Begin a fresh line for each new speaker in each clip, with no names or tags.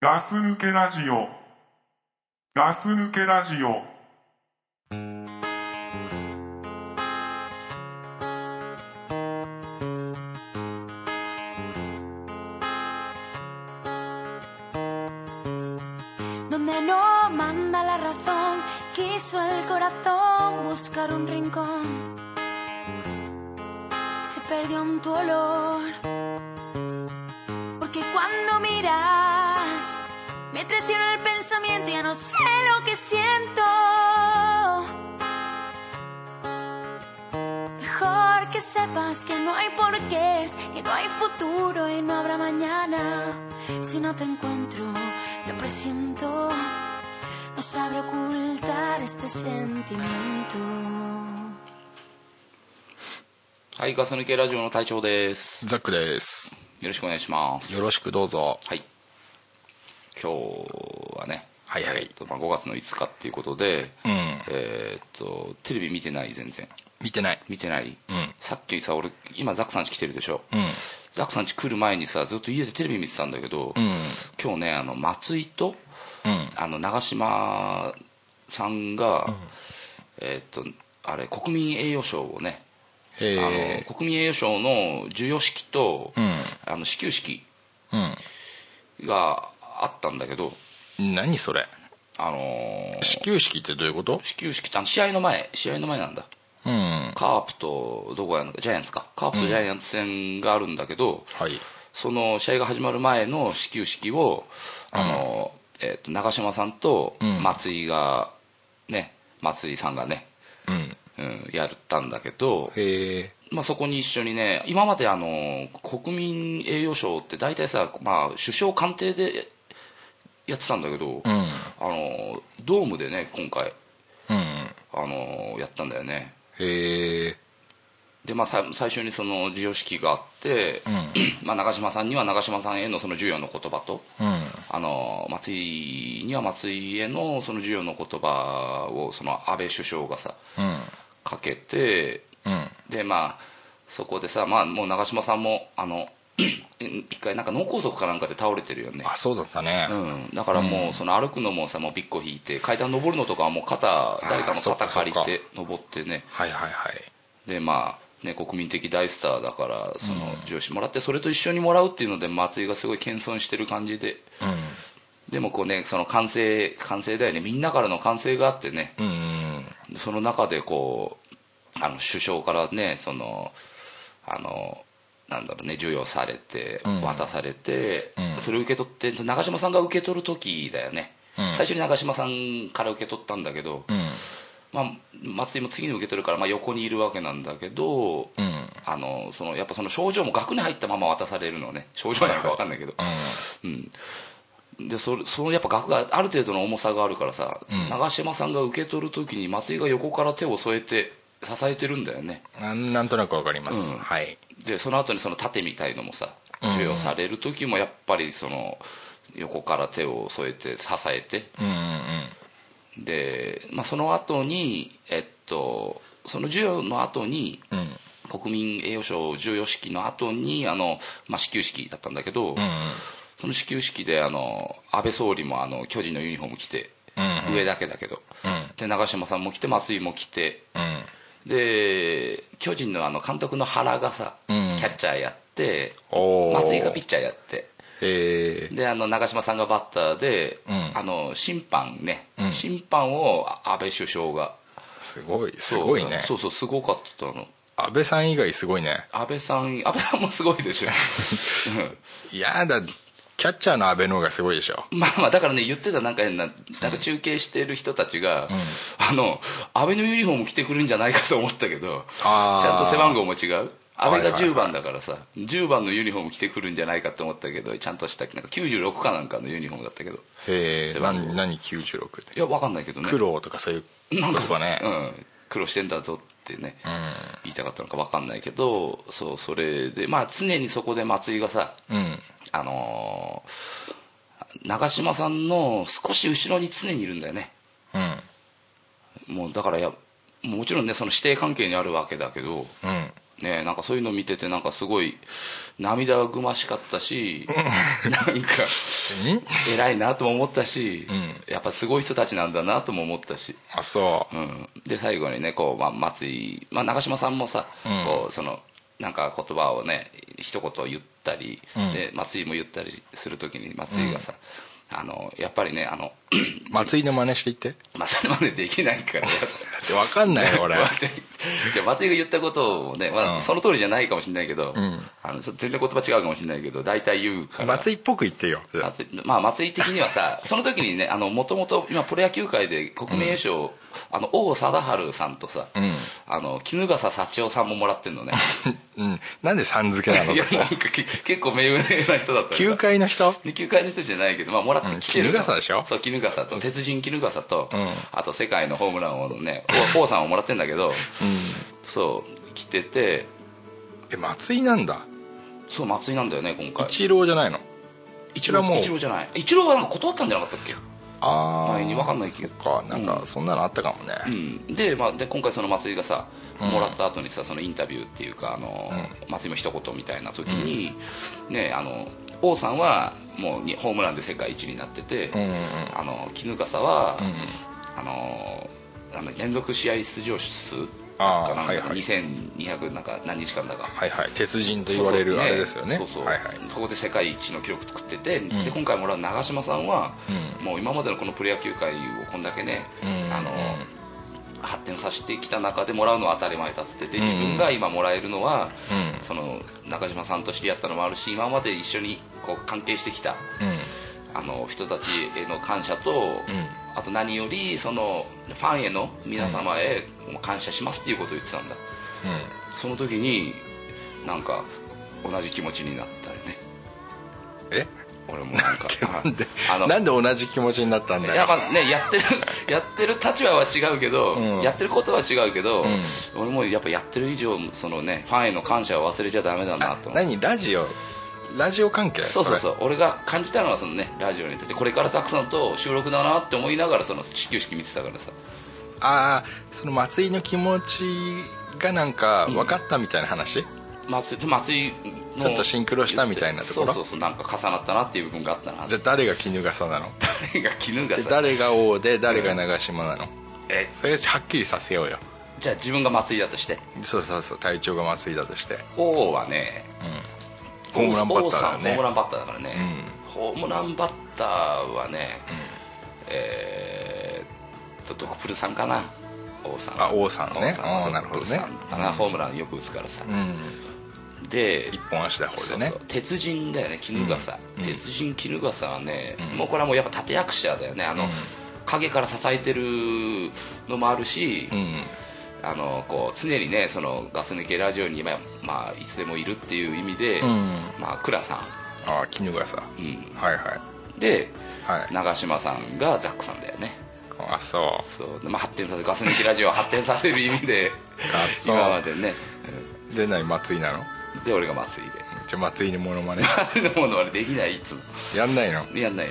ガス抜けラジオ。ガス抜けラジオ。
Donde no manda la razón, quiso el corazón buscar un rincón. Se perdió en tu olor. Porque cuando miras, me traiciona el pensamiento, ya no sé lo que siento. Mejor que sepas que no hay porqués, que no hay futuro y no habrá mañana. Si no te encuentro, lo presiento, no sabré ocultar este sentimiento.
はい、ガス抜けラジオの隊長です。
ザックです。
よろしくお願いします。
よろしくどうぞ。
はい。今日はね、
はいはい
えーとまあ、5月の5日っていうことで、
うん。
えーっと、テレビ見てない、全然。
見てない。
見てない、
うん
さっきさ、俺、今、ザックさん家来てるでしょ。
うん。
ザックさん家来る前にさ、ずっと家でテレビ見てたんだけど、
うん。
今日ね、あの、松井と、
うん。
あの長嶋さんが、えーっとあれ国民栄誉賞をね、
へ
あの国民栄誉賞の授与式と、
うん
あの始球式
え。
があったんだけど、
うん。何それ
あのー
始球式ってどういうこと
始球式ってあの試合の前試合の前なんだ
うん。
カープとどこやのかジャイアンツかカープとジャイアンツ戦があるんだけど、
はい。
その試合が始まる前の始球式を、あのえー、と長嶋さんと
うん
松井が、ね松井さんがね
うん。
うん、やったんだけど、
へえ。
まあ、そこに一緒にね今まであの国民栄誉賞って大体さ、まあ、首相官邸でやってたんだけど、
う
あ
ん。
のドームでね今回
うん。
あのやったんだよね
へえ。
で、まあ、さ最初にその授与式があって、 まあ、長嶋さんには長嶋さんへのその授与の言葉と
うん。
あの松井には松井へのその授与の言葉をその安倍首相がさ
うん。
かけて
うん。
でまあそこでさ、まあ、もう長嶋さんもあの 一回なんか脳梗塞かなんかで倒れてるよね
あ、そうだったね。
うん、だからもう、その歩くのもさもうビッコ引いて階段登るのとかはもう肩誰かの
そっ
肩
かそっ
借
か
りて登ってね
はいはいはい。
でまあね国民的大スターだからその上司もらってそれと一緒にもらうっていうので松井がすごい謙遜してる感じででもこうねその歓声歓声だよねみんなからの歓声があってね
うん。うん。
その中でこうあの首相からねそのあのなんだろうね授与されて
うん
渡されて、
うん
それを受け取って長嶋さんが受け取る時だよね、
うん
最初に長嶋さんから受け取ったんだけど、
うん。
まあ、松井も次に受け取るから、まあ、横にいるわけなんだけど、
うん。
あのそのやっぱその症状も額に入ったまま渡されるのね症状なのか分かんないけど、うん、でそれそのやっぱ額がある程度の重さがあるからさ、
ん
長嶋さんが受け取る時に松井が横から手を添えて支えてるんだよね
うん。なんなんとなくわかります。
うん
はい。
でその後にその盾みたいのもさ
うん
授与される時もやっぱりその横から手を添えて支えて
うんうん
で、まあ、その後にえっとその授与の後に
うん。うん。
国民栄誉賞授与式の後にあのまあ、始球式だったんだけど、
うん。
その始球式であの安倍総理もあの巨人のユニフォーム着て、
うんうん
上だけだけど、
うん
で長嶋さんも着て松井も着て
うん。
で巨人のあの監督の原がさ、
うん
キャッチャーやって
おー
松井がピッチャーやって
へえ。
であの長嶋さんがバッターで、
うん
あの審判ね、
うん
審判を安倍首相が
すごい、す
そう
ごいね。
そうそうすごかったの
安倍さん以外すごいね
安倍さん安倍さんもすごいで しょ、うん
いやだキャッチャーの安倍の方がすごいでしょ
まあまあだからね言ってたなんか変ななんか中継してる人たちが、あの安倍のユニフォーム着てくるんじゃないかと思ったけどち
あー
ゃんと背番号も違う安倍
はいはい
が
はい
10番だからさ、10番のユニフォーム着てくるんじゃないかと思ったけどちゃんとしたなんか96かなんかのユニフォームだったけど
へえ
背番号
何何96っ
い
て
やわかんないけどね
苦労とかそういう
なん
言
か
葉ね
うん、苦労してんだぞってね、言いたかったのかわかんないけどそうそれでまあ常にそこで松井がさ
うん
あのー長嶋さんの少し後ろに常にいるんだよね
うん
もうだからやもちろんねその師弟関係にあるわけだけど
うん
ねなんかそういうの見ててなんかすごい涙ぐましかったしなんか
ん
偉いなとも思ったし、
うん
やっぱすごい人たちなんだなとも思ったし、
あそ
うん、で最後にねこう、まあ、松井、まあ、長嶋さんもさ、
うん
こうそのなんか言葉をね一言言ったり、
うん
で松井も言ったりする時に松井がさ、あのやっぱりねあの
う松井の真似していって
まあそれまでできないから
だって分かん ないよ俺
じゃあじゃあ松井が言ったことをね、ま
うん
あ、その通りじゃないかもしれないけど、
うん
あのちょっと全然言葉違うかもしれないけど大体言うから
松井っぽく言ってよじゃあ
松井まあ、松井的にはさ その時にねもともと今プロ野球界で国民栄誉賞、あの王貞治さんとさ、
うん
あの衣笠幸男さんももらってんのね
うんなんでさん付 けない
や
の
なんかけ結構名誉な人だったから
球界の人
で球界の人じゃないけど、まあ、もらってきてる、
うん衣笠でしょ
そう衣笠と鉄人衣笠と、
うん
あと世界のホームラン王のね王 王さんをもらってんだけどそう来てて
え松井なんだ
そう松井なんだよね今回
一郎じゃないの
一
郎も
一郎じゃない一郎はなんか断ったんじゃなかったっけ
ああ
前に分かんないけど
かなんか
うん
そんなのあったかもね
うん、で,、まあ、で今回その松井がさ
うん
もらった後にさそのインタビューっていうかあの、松井の一言みたいな時に、ねあの王さんはもうにホームランで世界一になってて、
うんうん
あの衣笠は、
うん
あのあの連続試合出場数
あー
かなんか
はいはい
2200なんか何日間だか
はいはい鉄人と言われるあれですよね
そうそう、
はいはい
そこで世界一の記録作ってて、
ん
で今回もらう長嶋さんは、
うん
もう今までのこのプロ野球界をこんだけね、
うん
あの
うん
発展させてきた中でもらうのは当たり前だっつってて自分が今もらえるのは、
うん
その中島さんと知り合ったのもあるし今まで一緒にこう関係してきた
うん
あの人たちへの感謝と、
ん
あと何よりそのファンへの皆様へ感謝しますっていうことを言ってたんだ
うん
その時になんか同じ気持ちになったよね
え
俺もなんか
なんで
あの
なんで同じ気持ちになったんだ
や
よ
っぱねやってる やってる立場は違うけど、
うん
やってることは違うけど、
うん
俺もやっぱやってる以上そのねファンへの感謝を忘れちゃダメだなと思って
何ラジオラジオ関係
そうそうそうう俺が感じたのはそのねラジオに出てこれからたくさんと収録だなって思いながらその始球式見てたからさ
ああその松井の気持ちがなんか分かったみたいな話、
松井松井の
ちょっとシンクロしたみたいなところ
そうそうそうなんか重なったなっていう部分があったな
じゃあ誰が衣笠なの
誰が絹が
で
さ
誰が王で誰が長島なの、
え
それはっきりさせようよ
じゃあ自分が松井だとして
そうそうそう隊長が松井だとして
王はね
ホームランバッターだ
王さ
よ
んホームラン
ね
バッターだからね、ホームランバッターはね、えーっとドクプルさんかな王さん
あ王さんね
王さん
あーなるほ
ドクプ
どね
ルさんかな、ホームランよく打つからさ、
うん
で
一本足だ方でね
そうそう鉄人だよね衣笠、
うん
鉄人衣笠はね、もうこれはもうやっぱ立役者だよねあの、影から支えてるのもあるし、
うん
あのこう常にねそのガス抜けラジオに、まあまあ、いつでもいるっていう意味で、
うん
まあ、倉さ
ああ衣笠
ん、うん、
はいはい
で
はい
長嶋さんがザックさんだよね
あそう
そうでまあ、発展させガス抜きラジオを発展させる意味で
あそう
今までね
で何松井なの
で俺が松井で
じゃあ松井にモノマネ
で ものあれできないいつも
やんない
や
の
んないやんない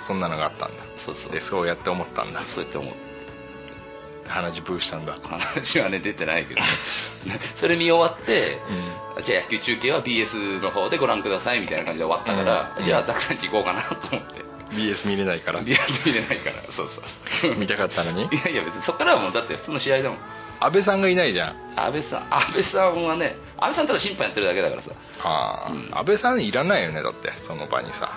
そんなのがあったんだ
そうそう
でそうやって思ったんだ
そうやって思う
鼻血ブーしたんだ
話はね出てないけど それ見終わって、じゃあ野球中継は BS の方でご覧くださいみたいな感じで終わったから、
うん
じゃあザクさんち行こうかなと思って、
BS 見れないから
BS 見れないからそうそう
見たかったのに
いやいや別にそっからはもうだって普通の試合だもん
安倍さんがいないじゃん
安倍さん安倍さんはね安倍さんただ審判やってるだけだからさ
ああ、安倍さんいらないよねだってその場にさ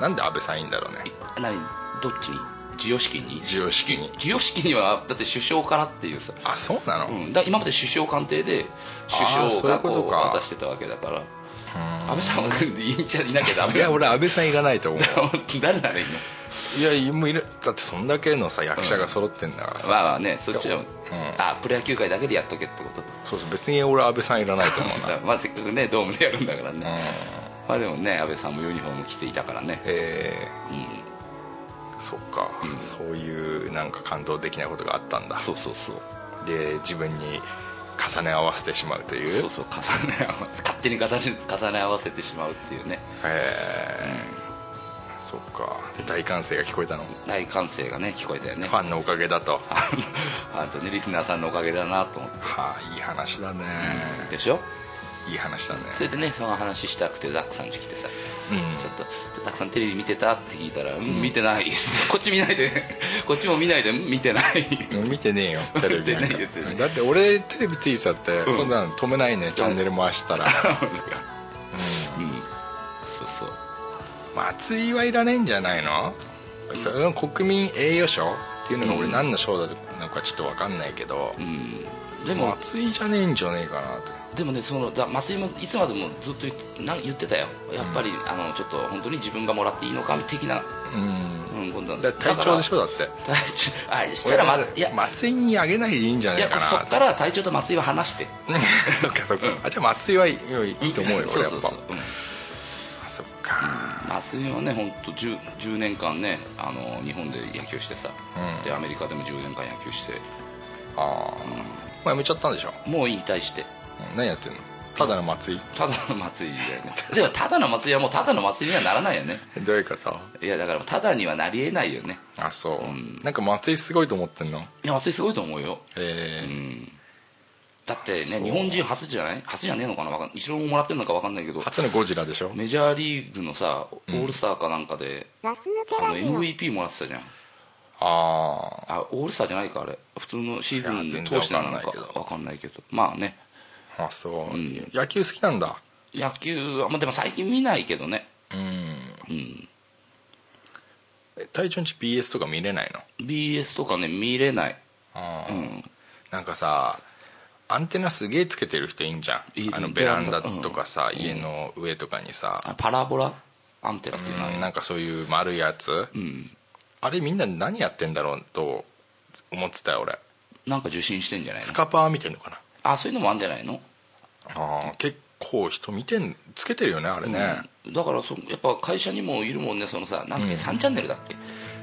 なんで安倍さんいいんだろうね
何どっちに授与式に
授与式に
授与式にはだって首相からっていうさ、
あそうなの、
う
うん
ん、だから今まで首相官邸で首
あーそ
相
うい
が
うこ
ことう
か
渡してたわけだから安倍さんはいんちゃいなきゃダメ
い
だ
や俺安倍さんいらないと 思
誰ならいいの
ういやもういるだってそんだけのさ役者が揃ってんだから さ、
まあまあねそっちは、
ん
あプロ野球界だけでやっとけってこと
そうそう別に俺安倍さんいらないと思う な
さまあせっかくねドームでやるんだからね、
うん
まあでもね安倍さんもユニフォーム着ていたからね
え
うん
ー、そっか、そういうなんか感動的なことがあったんだ
そうそうそう
で自分に重ね合わせてしまうという
そうそう重 ね合わせ勝手に形に重ね合わせてしまうっていうね
えーそうか大歓声が聞こえたのフ
大歓声がね聞こえたよね
ァンのおかげだと
あのあとねリスナーさんのおかげだなと思っ
はあいい話だね
てでしょ
いい話だね
それでねその話したくてザックさん家来てさ
うん
ちょっと「ザックさんテレビ見てた?」って聞いたら「うん見てないっす」こっち見ないで こっちも見ないで見てない
見てねえよテレビなん
見てな
か
いやつよね
だって俺テレビついてたって、
ん
そんなの止めないねチャンネル回した
う
ら、
んそうそう
松井はいらないんじゃないの、それの国民栄誉賞っていうのが
う
俺
ん
何の賞なのかちょっと分かんないけど
う、んで
で
も
も松井じゃねえんじゃねえかなと
でもねそのだ松井もいつまでもずっと言ってなん言ってたよやっぱり、あのちょっと本当に自分がもらっていいのか的な、
うん
うん、ことなん
だから 体調でしょだって
体調あしたら、ま、
俺だって
いや
松井にあげないでいいんじゃ
い
ねえ
や
かな
そっからら隊長と松井は話して
そっかそっか、 あじゃあ松井はいい いいと思うよ
そ
俺
う
やっぱ
そうそう、うん
あそっか
松井はね本当 10, 10年間ねあの日本で野球してさ、
うん
でアメリカでも10年間野球して
ああ、まあ、やめちゃったんでしょ
もう引退して
うん何やってんのただの松井
ただの松井だよね でもただの松井はもうただの松井にはならないよね
どういうこと
いやだからただにはなりえないよね
あそう、
うん
なんか松井すごいと思ってんの
いや松井すごいと思うよ
え
う
え
んだって
そう
ね日本人初じゃない初じゃねえのかなわかん一郎ももらってるのかわかんないけど
初のゴジラでしょ
メジャーリーグのさオールスターかなんかで、あの MVP もらってたじゃん
あ
あオールスターじゃないかあれ普通のシーズン通してなの
いや全然わかんない
か
けど
わかんないけどまあね
ああそう、
うん
野球好きなんだ
野球はまあでも最近見ないけどね
うん
うん
え隊長んち BS とか見れないの
BS とかね見れない
ああ、
うん
なんかさアンテナすげえつけてる人いんじゃ
い
ん
る
あのベランダとかさ、
うん
家の上とかに
あ
さ、
パラボラアンテナっていうのは
うんなんかそういう丸いやつ、
うん
あれみんな何やってんだろうと思ってたよ俺
なんか受信してんじゃないの
スカパー見てんのかな
あそういうのもあんじゃないの
ああ結構人見てんつけてるよねあれね、
うんだからそやっぱ会社にもいるもんねそのさなんだっけ、
うん
3チャンネルだっけ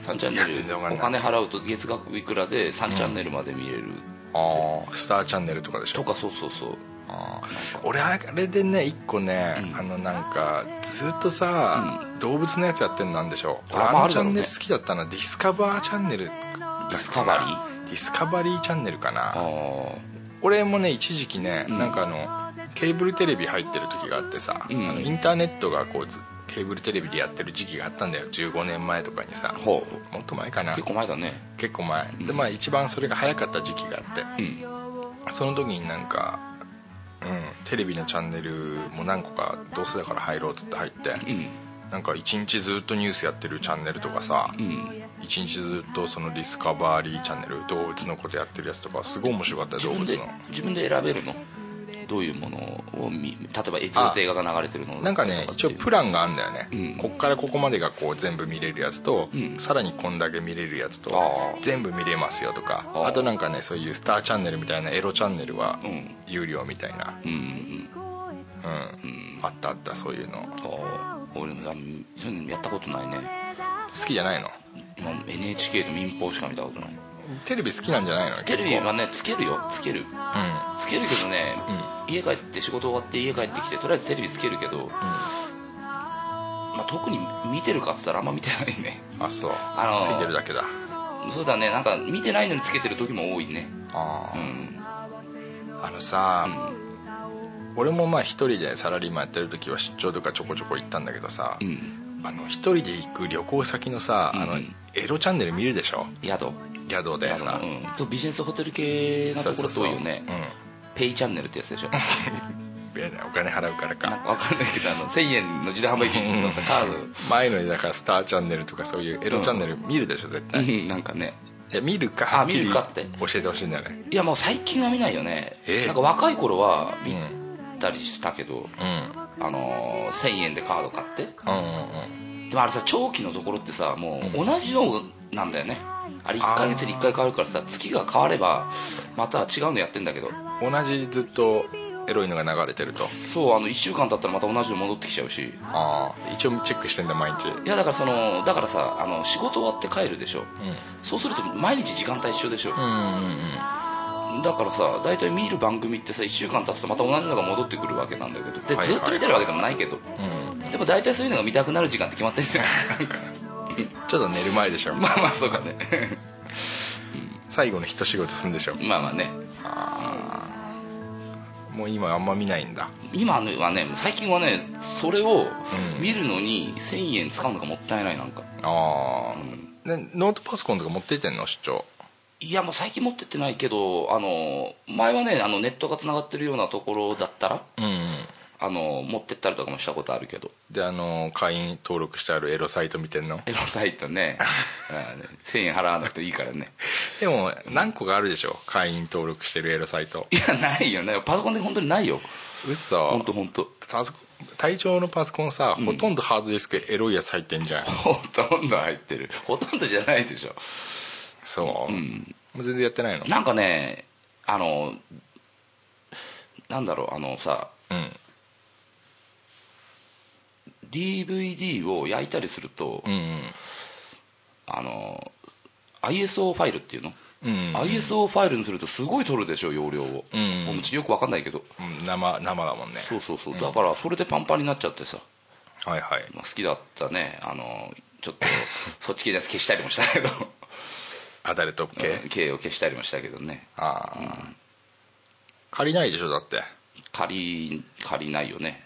3チャンネ
いや全然わかん
ル
な
お
い
金払うと月額いくらで3チャンネルまで見れる、
ああスターチャンネルとかでし
と
ょ
かそうそうそう
あー俺あれでね一個ね、
うん
あのなんかずっとさ、動物のやつやってんのなんでしょう
あ
俺
まあ
あ
あ
の
る
チ
だ
ャ
ろう
ン
ね
ネル好きだったなディスカバーチャンネルデ
ディスカバリー
ディスカバリーチャンネルか
あ
な
あ
俺もね一時期ね、
うん
なんかあのケーブルテレビ入ってる時があってさ、
うん
あのインターネットがこうずケーブルテレビでやってる時期があったんだよ15年前とかにさ
ほ
もっと前か
う
な
結構前だね
結構前でまあ一番それが早かった時期があって、
うん
その時になんか、うん、テレビのチャンネルも何個かどうせだから入ろうっつって入って、
うん
なんか一日ずっとニュースやってるチャンネルとかさ、
うん
一日ずっとそのディスカバリーチャンネル動物のことやってるやつとかすごい面白かったよ
自
動
分
物
で
の
自分で選べるのどういうものを見例えばエッズ映画が流れてるの
なんかね一応プランがあるんだよね、
うん
こっからここまでがこう全部見れるやつと、
うん
さらにこんだけ見れるやつと
あー
全部見れますよとか
あー
あとなんかねそういうスターチャンネルみたいなエロチャンネルは
うん
有料みたいな、
うんうん
うん
うん
あったあったそういうの好
ああ俺もあんそういうのやったことないね
きじゃないの
今 NHK と民放しか見たことない
テレビ好きなんじゃないの
テレビ
結構
はねつけるよつける
うん
つけるけどね、家帰って仕事終わって家帰ってきてとりあえずテレビつけるけど、まあ、特に見てるかっつったらあんま見てないね
あそう
の
ついてるだけだ
そうだねなんか見てないのにつけてる時も多いね
あ
う
ー、
ん
あのさ、
うん
俺もまあ一人でサラリーマンやってる時は出張とかちょこちょこ行ったんだけどさ、
うん
あの一人で行く旅行先のさ、あ
う
の
ん
エロチャンネル見るでしょ
宿
宿で
宿
さ、
うんとビジネスホテル系のところ多いよねペイチャンネルってやつ でしょ
うんいやねお金払うから
なん
か
かわかんないけどあの1000円の自動販売機のさカード
前のにだからスターチャンネルとかそういうエロチャンネル見るでしょ絶対、
う
い
んなんかね
や見るか
あ
はっきり
見るかって
教えてほしいんだよね
いやもう最近は見ないよね、
ええ
なんか若い頃は
うん
見たりしたけど、
うん
あのー1000円でカード買って
うんうんうん
でもあれさ長期のところってさもう同じのなんだよねあれ1ヶ月に1回変わるからさ月が変わればまた違うのやってんだけど
同じずっとエロいのが流れてると
そうあの1週間経ったらまた同じの戻ってきちゃうし
ああ一応チェックしてんだ毎日うん
いやだからそのだからさあの仕事終わって帰るでしょそうすると毎日時間帯一緒でしょ
うんうん
だからさ大体見る番組ってさ1週間経つとまた同じのが戻ってくるわけなんだけどで
はいはい
ずっと見てるわけでもないけど
うん
でも大体そういうのが見たくなる時間って決まってるじゃない
ちょっと寝る前でし ょ
まあまあそうかね
最後の一仕事すんでしょ
まあまあね
もう今あんま見ないんだ
今のはね最近はねそれを見るのに1000円使うのがもったいないなんか
ああ、ねノートパソコンとか持っていってんの出張
いやもう最近持ってってないけどあの前はねあのネットがつながってるようなところだったら
うん、
あの持ってったりとかもしたことあるけど
であの会員登録してあるエロサイト見てんの
エロサイトねあのね1000円払わなくていいからね
でも何個かあるでしょ会員登録してるエロサイト
いやないよねパソコンで本当にないよ
嘘
本当本当
パソコン体調のパソコンさ、ほとんどハードディスクエロいやつ入ってんじゃん
ほとんど入ってるほとんどじゃないでしょ
そう、
うん
もう全然やってないの
なんかねあのなんだろうあのさ
うん
DVD を焼いたりすると、
うんうん
あの ISO ファイルっていうの、
うん、
ISO ファイルにするとすごい取るでしょ容量を、
うんうん
もうちよく分かんないけど
うん生生だもんね
そうそうそう、だからそれでパンパンになっちゃってさ、
はいはい
まあ、好きだったねあのちょっ とそっち系のやつ消したりもしたけど
アダルト OK、
うん K を消したりもしたけどね
ああ、借りないでしょだって
借り借りないよね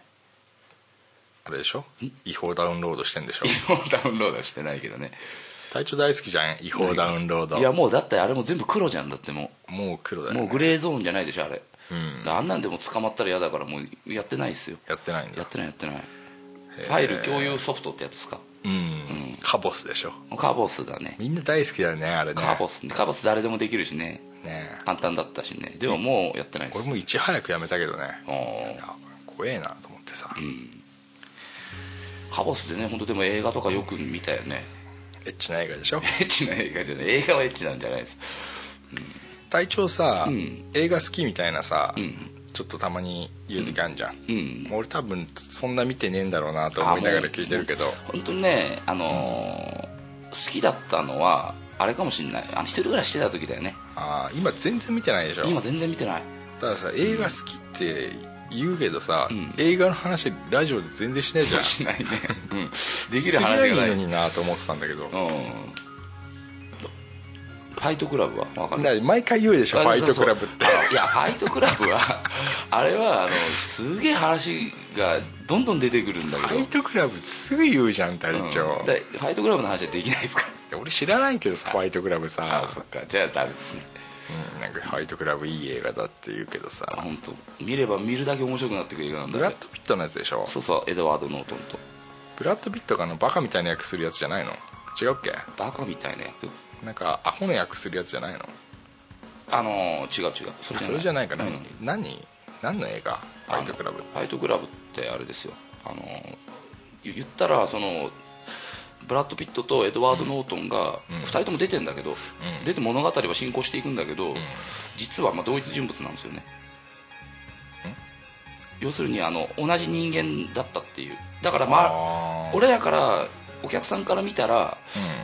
あれでしょ違法ダウンロードしてんでしょ
違法ダウンロードはしてないけどね
隊長大好きじゃん違法ダウンロード
いやもうだってあれも全部黒じゃんだっても
もう黒だ
う
よ、ね、
もうグレーゾーンじゃないでしょあれ、
うん
あんなんでも捕まったら嫌だからもうやってないですよ
やってないん
や
だ
ってないやってないファイル共有ソフトってやつですか
うん、カボスでしょ
カーボスだね
みんな大好きだよねあれね
カーボスカーボス誰でもできるしね
ね
簡単だったしねでももうやってないで
俺
す
もいち早くやめたけどね
お
い
ー
や怖えなと思ってさ、
カーボスでね本当でも映画とかよく見たよね
エッチな映画でしょ
エッチな映画じゃない映画はエッチなんじゃないです
隊長さ、
うん
映画好きみたいなさ、
うん
ちょっとたまに言う時あるじゃん、
うん
俺多分そんな見てねえんだろうなと思いながら聞いてるけど
本当にねあのー好きだったのはあれかもしんないあの一人暮らししてた時だよね
あー今全然見てないでしょ
今全然見てない
たださ映画好きって言うけどさ、
ん
映画の話ラジオで全然し ないじゃん
しないね、 うん、できる話が
すりゃ
ないい
いのになと思ってたんだけど、
うんファイトクラブは分かる
だから毎回言うでしょフ
あ
ァイトクラブって
そうそうあいやファイトクラブは あれはあのすげえ話がどんどん出てくるんだ
フ
けど
ァイトクラブすぐ言うじゃん隊長
うん、でファイトクラブの話はできない ですか
俺知らないけどさファイトクラブさ、
っかじゃあダメですね
うん、なんかファイトクラブいい映画だって言うけどさ
あ本当。見れば見るだけ面白くなってく映画なんだ
ブ
よ
ラッド・ピットのやつでしょ
そうそうエドワード・ノートンと
ブラッド・ピットがあのバカみたいな役するやつじゃないの違うっけ
バカみたいな役
なんかアホの役するやつじゃないの
あのー違う違うそ
それじゃないかな、
うん
何何の映画ファイトクラブ
あのファイトクラブってあれですよあの言言ったらそのブラッド・ピットとエドワード・ノートンが
うん
2人とも出てんだけど、
うん
出て物語は進行していくんだけど、
ん
実はまあ同一人物なんですよね要するにあの同じ人間だったっていうだからまあ
あー
俺らからお客さんから見たら、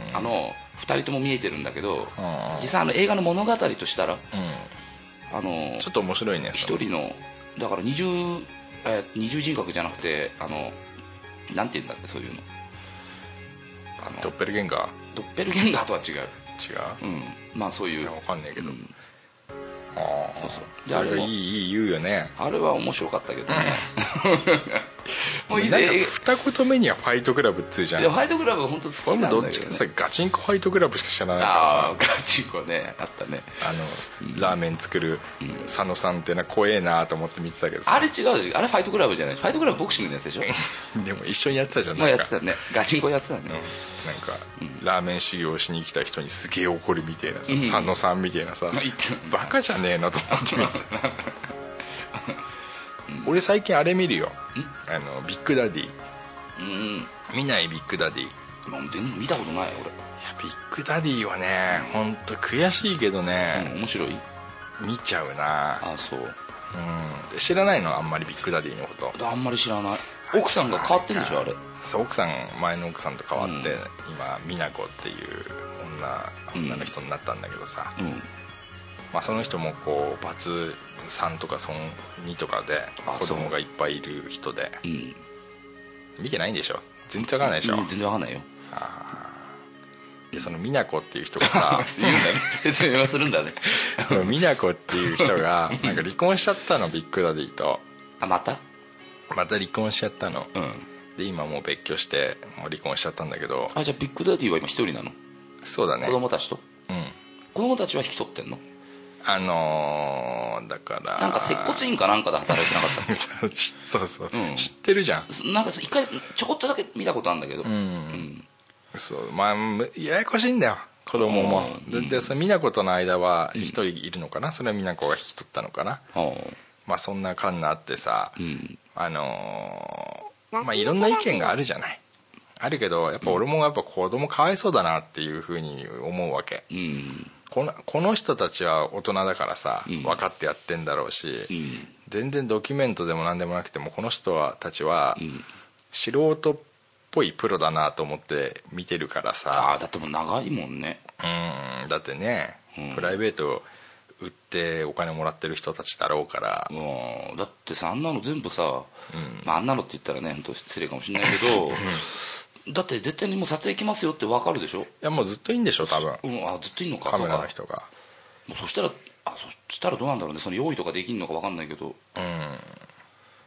うん
あの2人とも見えてるんだけど、
うん
実際あの映画の物語としたら
う
あの
んちょっと面白いねそ
一
れ
人のだから二重、えー二重人格じゃなくてあのなんて言うんだってそういうのあの
ドッペルゲンガ
ドッペルゲンガーとは違う、
ー違う
うん、まあそうい
いうやわかんないけど、
うん
ああ
そうそうで
そ
あ
れ
れ
がい
も
いいい言うよね
あれは面白かったけどね、 もう以
なん
前
か
え
二言目にはファイトクラブっつうじゃ
いや
ん
ファイトクラブは本当好き
俺
なんだ
も
けど、
ど
ね、
っちかさガチンコファイトクラブしか知らない
ああ
か
ガチンコねあったね
らさあのラーメン作る佐野さんってな怖えなと思って見てたけど
あ
さ
れ違うでしょあれファイトクラブじゃないファイトクラブボクシングのやつでしょ
でも一緒にやってたじゃん
まあ
な
や
んか
ってたねガチンコやってたね、
うんなんかラーメン修行しに来た人にすげえ怒るみたいなさ
うん
佐野さんみたいなさ
まあ言ってた
バカじゃねえのと思ってます俺最近あれ見るよあのビッグダディ
うん
見ないビッグダディいや
もう全然見たことない
ビッグダディはね本当悔しいけど
俺、うん
ね、
面白い
見ちゃうな、
ああそう
うん、で知らないのあんまりビッグダディのこと
あんまり知らない奥さんが変わってんでしょあれ
そう奥さん前の奥さんと変わって、
うん
今美奈子っていう女女の人になったんだけどさ、
うん
まあ、その人もこうバツ3とか損2とかで
あ
子
そう
供がいっぱいいる人で
うん
見てないんでしょ全然わかんないでしょ、
うん全然わかんないよ
あでその美奈子っていう人がさ
言うんだね説明はするんだね
その美奈子っていう人がなんか離婚しちゃったのビッグダディと
あまた
また離婚しちゃったの
うん
で今もう別居してもう離婚しちゃったんだけど
あじゃあビッグダディは今一人なの、
そうだね
子供たちと
うん
子供たちは引き取ってんの
あのーだから
なんか接骨院かなんかで働いてなかったっ
そう そうそう、
うん
知ってるじゃん
けなんか一回ちょこっとだけ見たことあるんだけど
う、
うんん
そうまあむややこしいんだよ子供も
うん
ででその美奈子との間は一人いるのかな、それは美奈子が引き取ったのかな
あ
まあそんな感があってさ、
ーうん
あのーまあいろんな意見があるじゃないあるけどやっぱ俺もやっぱ子供かわいそうだなっていうふうに思うわけ
うん
このこの人たちは大人だからさ
うん
分かってやってんだろうし、
うん
全然ドキュメントでも何でもなくてもこの人はたちは
うん
素人っぽいプロだなと思って見てるから
ああ
さ
だってもう長いもんね
うんだってね、
うん
プライベート売ってお金もらってる人たちだろうから
うんだってさあんなの全部さ、
うん
まあ、あんなのって言ったらね本当失礼かもしれないけど、だって絶対にもう撮影来ますよって分かるでしょ、
いやもうずっといいんでしょ多分
うん、あずっといいのか
カメラ
そう
の
か
人が
もうそしたらあそしたらどうなんだろうねその用意とかできるのか分かんないけど
うん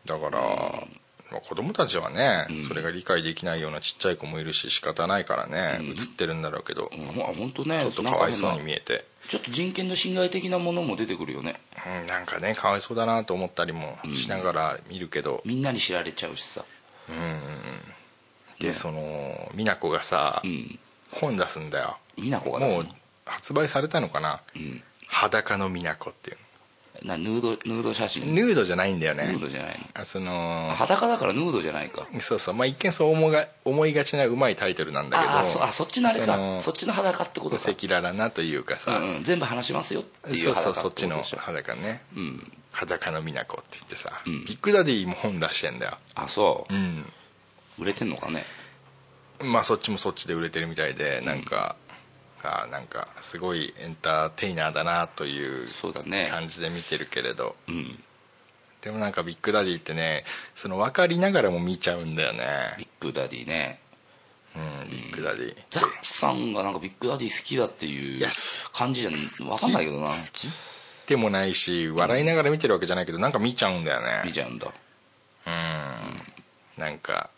だから、まあ子供たちはね、
ん
それが理解できないようなちっちゃい子もいるし仕方ないからね、
うん
映ってるんだろうけど、
うんほん本当ね
ちょっとかわいそう
なん
に
変
見えて
なちょっと人権の侵害的なものも出てくるよね
うんなんかねかわいそうだなと思ったりもしながら見るけど、
みんなに知られちゃうしさ
でその美奈子がさ、
うん
本出すんだよ
美奈子が出す
も
の
う発売されたのかな
うん
「裸の美奈子」っていう
なヌードヌード写真
ヌードじゃないんだよ
ヌ
ね
ードじゃないの
あその
裸だからヌードじゃないか
そうそうまあ一見そう思いが思いがちなうまいタイトルなんだけど
ああそあそっちのあれ
そ
か
の
そっちの裸ってことか
赤裸々なというかさ、
うんうん、全部話しますよってい
そうう
裸
そ
っ
う
てこと
そっちの
でしょ
裸ね
うん
裸の美奈子って言ってさ、
うん
ビッグダディも本出してんだよ
あそ
うん
う売れてんのかね
まあそっちもそっちで売れてるみたいでなんか、あーなんかすごいエンターテイナーだなという
そうだね
感じで見てるけれど、
うん
でもなんかビッグダディってねその分かりながらも見ちゃうんだよ
ビ
ね
ッグダディね
うんビッグダディ
ザックさんがなんかビッグダディ好きだってい
いうや好
感じじゃ分かんないけどな
好きでもないし笑いながら見てるわけじゃないけどなんか見ちゃうんだよね
見ちゃうんだ
うんなんか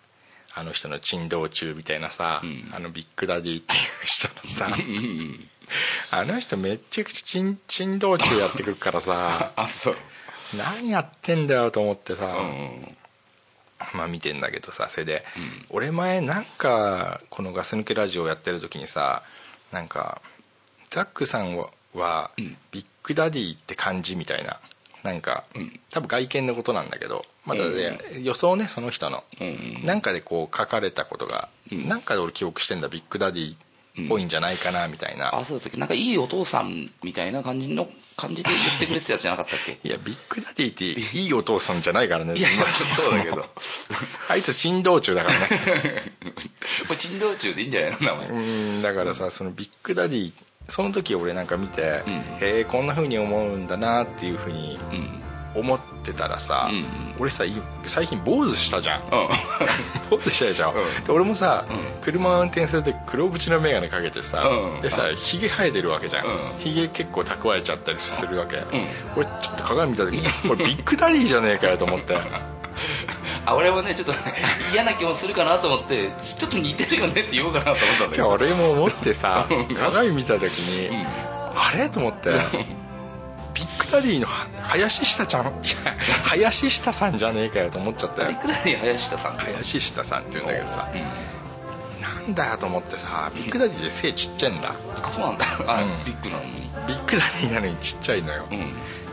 あの人の珍道中みたいなさ、
うん
あのビッグダディっていう人のさ
うんうん
あの人めっちゃくちゃ珍珍道中やってくるか らさ
あそう
何やってんだよと思ってさ、
うん
まあ見てんだけどさそれで、俺前なんかこのガス抜けラジオやってる時にさなんかザックさんはは
ん
ビッグダディって感じみたいななんか、
ん
多分外見のことなんだけどまだね、予想ねその人の、
うんうん
なんかでこう書かれたことが、
うん
なんかで俺記憶してんだビッグダディっぽいんじゃないかなみたいな、
あそうだったっけなんかいいお父さんみたいな感じの感じで言ってくれてたやつじゃなかったっけ
いやビッグダディっていいお父さんじゃないからね
いやいや
まあ
そうだけど
ももあいつ珍道中だからね
これ珍道中でいいんじゃないの名前
うんだからさそのビッグダディその時俺なんか見て、
うん
へえこんな風に思うんだなっていう風に
うん
思ってたらさ、
うんうん
俺さい最近坊主したじゃん
うん
坊主したじゃん、
うん
で俺もさ、
うん
車を運転する時黒縁の眼鏡かけてさ、
うん
でさひげ生えてるわけじゃん、
うん
ひげ結構蓄えちゃったりするわけ、
ん
俺ちょっと鏡見た時にこれビッグダディじゃねえかよと 思って
あ俺もねちょっとね 嫌な気もするかなと思ってちょっと似てるよねって言おうかなと思ったんだけ
じゃあ
ど
俺も思ってさ
うん
鏡見た時に、
うん
あれと 思ってビッグダディのは林下ちゃんい や林下さんじゃねえかよと思っちゃった
ビ
よ
ッグダディ林田さん
林下さんって言うんだけどさ
うん
なんだよと思ってさビッグダディで背ちっちゃいんだ
あそうなんだあ
うん
ビッグなのに
ビッグダディなのにちっちゃいのよ
うん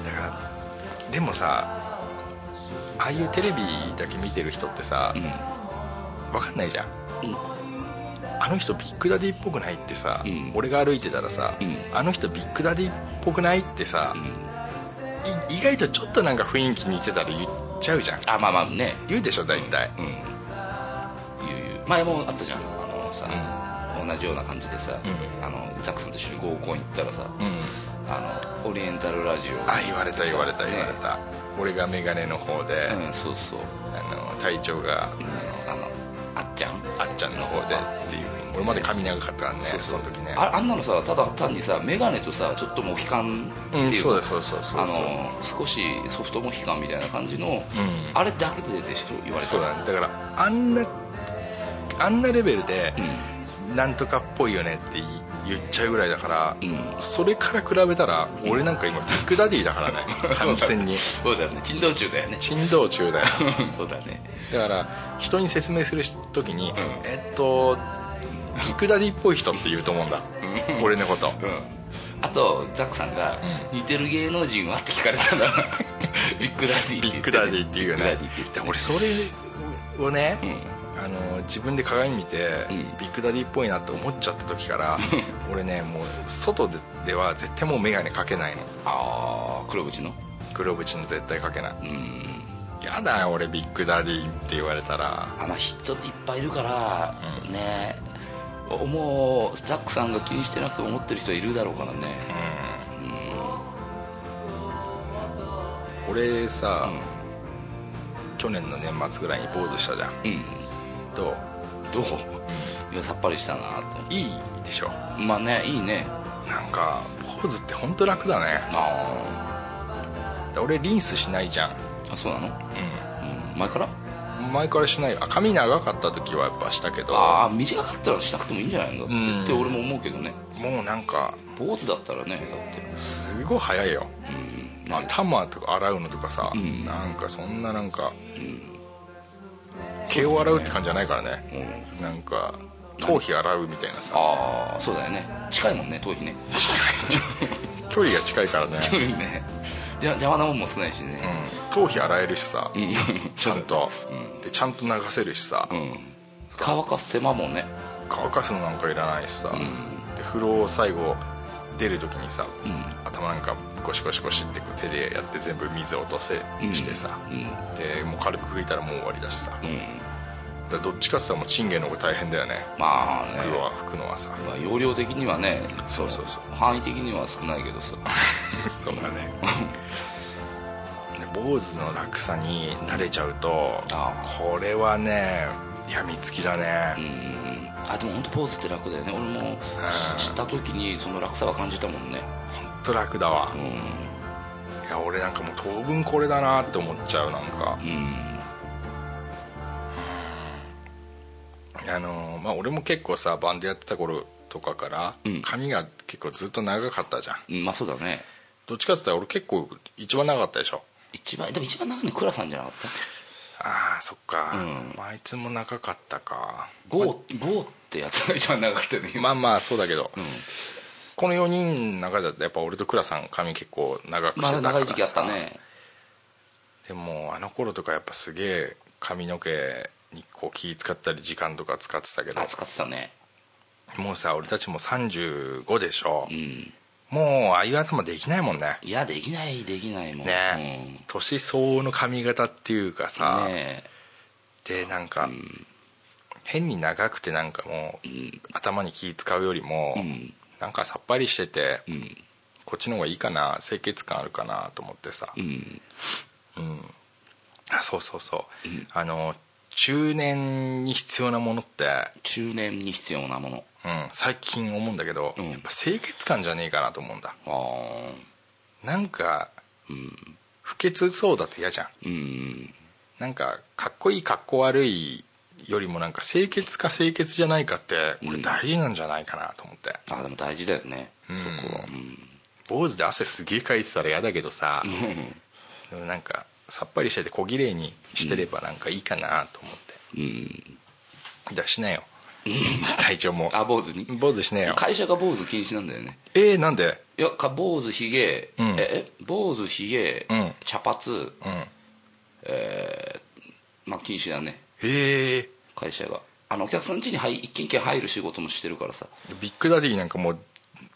だからでもさああいうテレビだけ見てる人ってさ
うん
分かんないじゃん
うん
あの人ビッグダディっぽくないってさ、
うん
俺が歩いてたらさ、
うん
あの人ビッグダディっぽくないってさ
う、ん
い意外とちょっとなんか雰囲気似てたら言っちゃうじゃん
あまあまあね
言うでしょ大体、
うん言う言う前もあったじゃんあのさ、同じような感じでさ、
う
あのザックさんと一緒に合コン行ったらさ、
うん
あのオリエンタルラジオ
あ言われた言われた言われた、俺が眼鏡の方で、
ねうんそうそう、
あの隊長が
うんあのあっちゃん
あっちゃんの方でっていうふうに俺まで髪長かったからね
そう
そ
そう
の時ね
ああんなのさただ単にさ眼鏡とさちょっとモヒカンって
う
い
ん
うか、
そうですそうですそうです
あの少しソフトモヒカンみたいな感じの、
うん
あれだけででしょ言われた
そうだねだからあんなあんなレベルで
うん
なんとかっぽいよねって言っちゃうぐらいだから、
うん
それから比べたら俺なんか今ビッグダディだ からね完全に
そうだよね珍道中だよね
珍道中だよ
そうだね
だから人に説明する時に、えっとビッグダディっぽい人って言うと思うんだ
うん
俺のこと
うんあとザックさんが「似てる芸能人は?」って聞かれた らビッグダディ
ビッグダディっていうよ
ビッグダ
ね
ディって言って
で俺それをね、
うん
あの自分で鏡見て、
うん
ビッグダディっぽいなって思っちゃった時から 俺ねもう外ででは絶対もう眼鏡かけないの
ああ黒縁の
黒縁の絶対かけない
うん
やだよ俺ビッグダディって言われたら
あまあ人いっぱいいるから、
う
ねもうザックさんが気にしてなくても思ってる人いるだろうからね
う
うん
ん俺
う
さ、
ん
去年の年末ぐらいに坊主したじゃん
うん
どう
どう、いやさっぱりしたなと
いいでしょ
まあねいいね
なんか坊主って本当楽だね
あ
俺リンスしないじゃん、
ーあそうなの、うん、前から
うん、前からしないよあ髪長かった時はやっぱしたけど
ああ短かったらしなくてもいいんじゃないのだって,、
うん
って俺も思うけどね
もうなんか
坊主だったらねだ
すごい早いよ
ってうんなんか
頭とか洗うのとかさ、
うん
なんかそんななんか
うん
毛を洗うって感じじゃないからね
うん
なんか頭皮洗うみたいなさ
ああそうだよね近いもんね頭皮ね
距離が近いからね、
近いね じゃ邪魔なもんも少ないし
う
ね
ん、頭皮洗えるしさ
うん
ちゃんと
うん
でちゃんと流せるしさ
うん乾かす手間もね
乾かすのなんかいらないしさ
うん
で風呂を最後出る時にさ
うん
頭なんかゴシゴシゴシってこう手でやって全部水落とせ
うん
してさ
うん
でもう軽く拭いたらもう終わりだしさ
うん
だからどっちかって言ったらもうチンゲの方が大変だよね
まあね
服は拭くのはさ
まあ容量的にはね
そうそうそう
範囲的には少ないけどさ
そうだね で坊主の落差に慣れちゃうと
あ
これはね病みつきだ
う
ね
んあでも本当ポーズって楽だよね俺も
ん
知った時にその楽さは感じたもんね
ほんと楽だわ
う
いや俺なんかもう当分これだなって思っちゃうなんか
んうん
あのーまあ俺も結構さバンドやってた頃とかから
うん
髪が結構ずっと長かったじゃん
うんまあそうだね
どっちかって言ったら俺結構一番長かったでしょ
一番でも一番長いの倉さんじゃなかった
ああそっか、
うん
まああいつも長かったか
ゴーゴーってやつが一番長かったよね
まあまあそうだけど、
うん
この4人の中だとやっぱ俺と倉さん髪結構長くして
ま
たか
あ
らさ、
長い時期あったね
でもあの頃とかやっぱすげえ髪の毛にこう気使ったり時間とか使ってたけど
扱ってたね
もうさ俺たちも35でしょ
う、ん
もうああいう頭できないもんね
いやできないできないもん
ね、年相応の髪型っていうか
うん
さ、
ね
でなんか、変に長くてなんかもう、頭に気使うよりも、
うん
なんかさっぱりしてて、
えうん
こっちの方がいいかな清潔感あるかなと思ってさ、
うん
うんあそうそうそう、あの中年に必要なものって、
中年に必要なもの
うん、最近思うんだけど、
うん
やっぱ清潔感じゃねえかなと思うんだ
あ
なんか
あうん
不潔そうだと嫌じゃん
うん
なんかかっこいいかっこ悪いよりもなんか清潔か清潔じゃないかって
う
俺
ん
大事なんじゃないかなと思って、
あでも大事だよね
う
そ
ん
こはうん
坊主で汗すげえかいてたら嫌だけどさ、でもなんかさっぱりしてて小綺麗にしてればなんかいいかなと思って、
うん
だからしなよ 体調も
あ坊主に
坊主しねえよ
会社が坊主禁止なんだよね
えー、なんで
いやか坊主ひげ、
うん
ええ坊主ひげ、
うん
茶髪
うん
えー、まあ禁止だね
へえ
会社があのお客さん家に入一軒一軒入る仕事もしてるからさ
ビッグダディなんかもう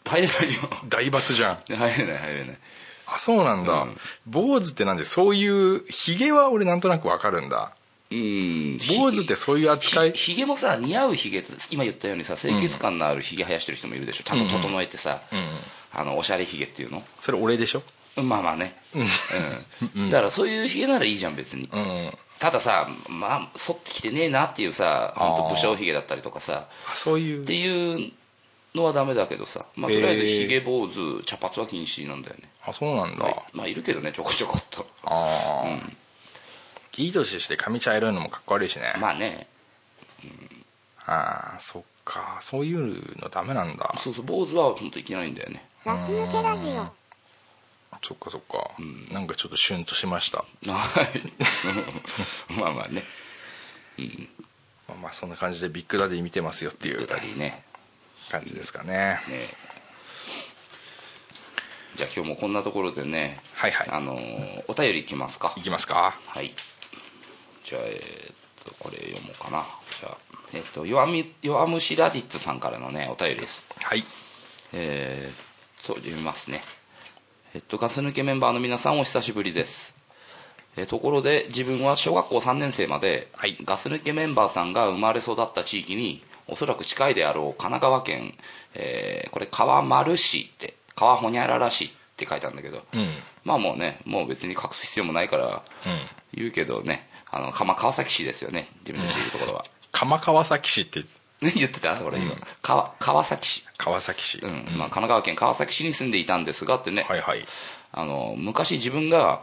入れないよ
大罰じゃん
入れない入れない
あそうなんだ、
うん
坊主ってなんでそういうひげは俺なんとなくわかるん だ
うん
坊主ってそういう 扱い
ひひげもさ似合うひげ今言ったようにさ清潔感のあるひげ生やしてる人もいるでしょちゃんと整えてさ、
うん
あのおしゃれひげっていうの
それ俺でしょ
まあまあね、うんだからそういうひげならいいじゃん別に、
うん
たださまあ剃ってきてねえなっていうさ
あー
本当武将髭だったりとかさ
あそういう
っていうのはダメだけどさ、まあ、
へ
と
ー
りあえずひげ坊主茶髪は禁止なんだよね
あそうなんだ、
まあいるけどねちょこちょこっと
ああ、いい年して髪茶色いのもかっこ悪いしね、
まあね
ああそっかそういうのダメなんだ
そうそう坊主は本当いけないんだよね
ガス抜けラジオ
そっかそっか、なんかちょっとシュンとしました
はいまあまあね
まあ、まあそんな感じでビッグダディ見てますよっていう
くだりね
感じですかね
ねじゃあ今日もこんなところでね
はいはい
あのーお便りいきますか
いきますか
はいじゃあえーっとこれ読もうかなじゃあえっと弱み弱虫ラディッツさんからのねお便りです
はい
えー、と読みますねえっとガス抜けメンバーの皆さんお久しぶりですえーところで自分は小学校3年生まで、ガス抜けメンバーさんが生まれ育った地域におそらく近いであろう神奈川県、えーこれ川丸市って川ほにゃらら市って書いてあるんだけど、
うんうん
まあもうねもう別に隠す必要もないから言うけどねあのかま川崎市ですよね自分の知るところは、
鎌川崎市って
ね 言ってた俺今、
うん
川川崎市
川崎市、
うんまあ、神奈川県川崎市に住んでいたんですがってね、
はいはい
あの昔自分が、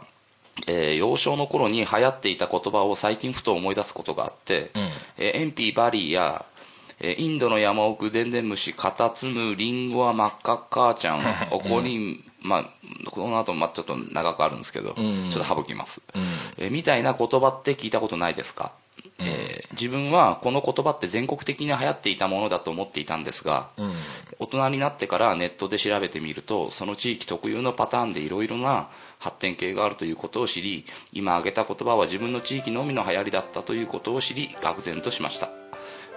えー幼少の頃に流行っていた言葉を最近ふと思い出すことがあって、
うん
えーエンピーバリーや、えーインドの山奥でんでん虫カタツムリンゴは真っ赤っかーちゃんおこりん、まあ、この後、まあちょっと長くあるんですけど、
うん
ちょっと省きます、
うん
えーみたいな言葉って聞いたことないですか、えー自分はこの言葉って全国的に流行っていたものだと思っていたんですが、
うん
大人になってからネットで調べてみるとその地域特有のパターンでいろいろな発展系があるということを知り今挙げた言葉は自分の地域のみの流行りだったということを知り愕然としました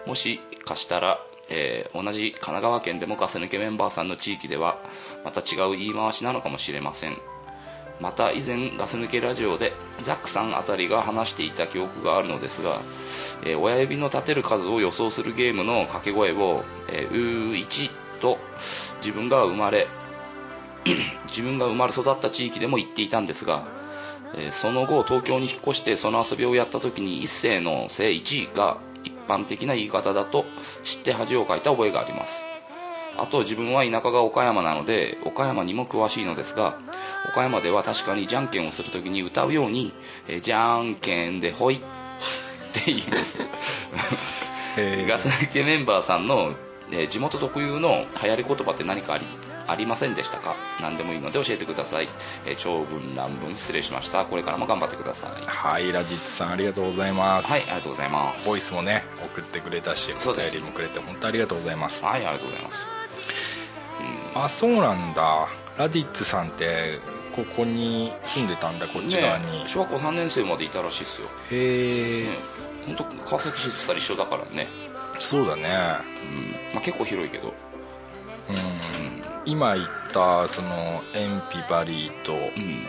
もしかしたら、えー同じ神奈川県でもガス抜けメンバーさんの地域ではまた違う言い回しなのかもしれませんまた以前ガス抜けラジオでザックさんあたりが話していた記憶があるのですが、えー親指の立てる数を予想するゲームの掛け声を「えーうー1」と自分が生まれ 自分が生まれ育った地域でも言っていたんですが、えーその後東京に引っ越してその遊びをやった時に一世の「世1」が一般的な言い方だと知って恥をかいた覚えがありますあと自分は田舎が岡山なので岡山にも詳しいのですが岡山では確かにじゃんけんをするときに歌うように、えーじゃんけんでほいって言います
え
ガス抜けメンバーさんの、えー地元特有の流行り言葉って何かありありませんでしたか何でもいいので教えてください、えー長文乱文失礼しましたこれからも頑張ってください
はいラディッツさんありがとうございます、
はいありがとうございます
ボイスもね送ってくれたし
そ
お
うです
便りもくれて本当ありがとうございます
はいありがとうございます
あそうなんだラディッツさんってここに住んでたんだこっち側に、
ねえ小学校3年生までいたらしいですよ、
へ
ね
え、
本当川崎市って言ったら一緒だからね、
そうだ
う
ね
んまあ、結構広いけど
うん今言ったそのエンピバリーと、
うん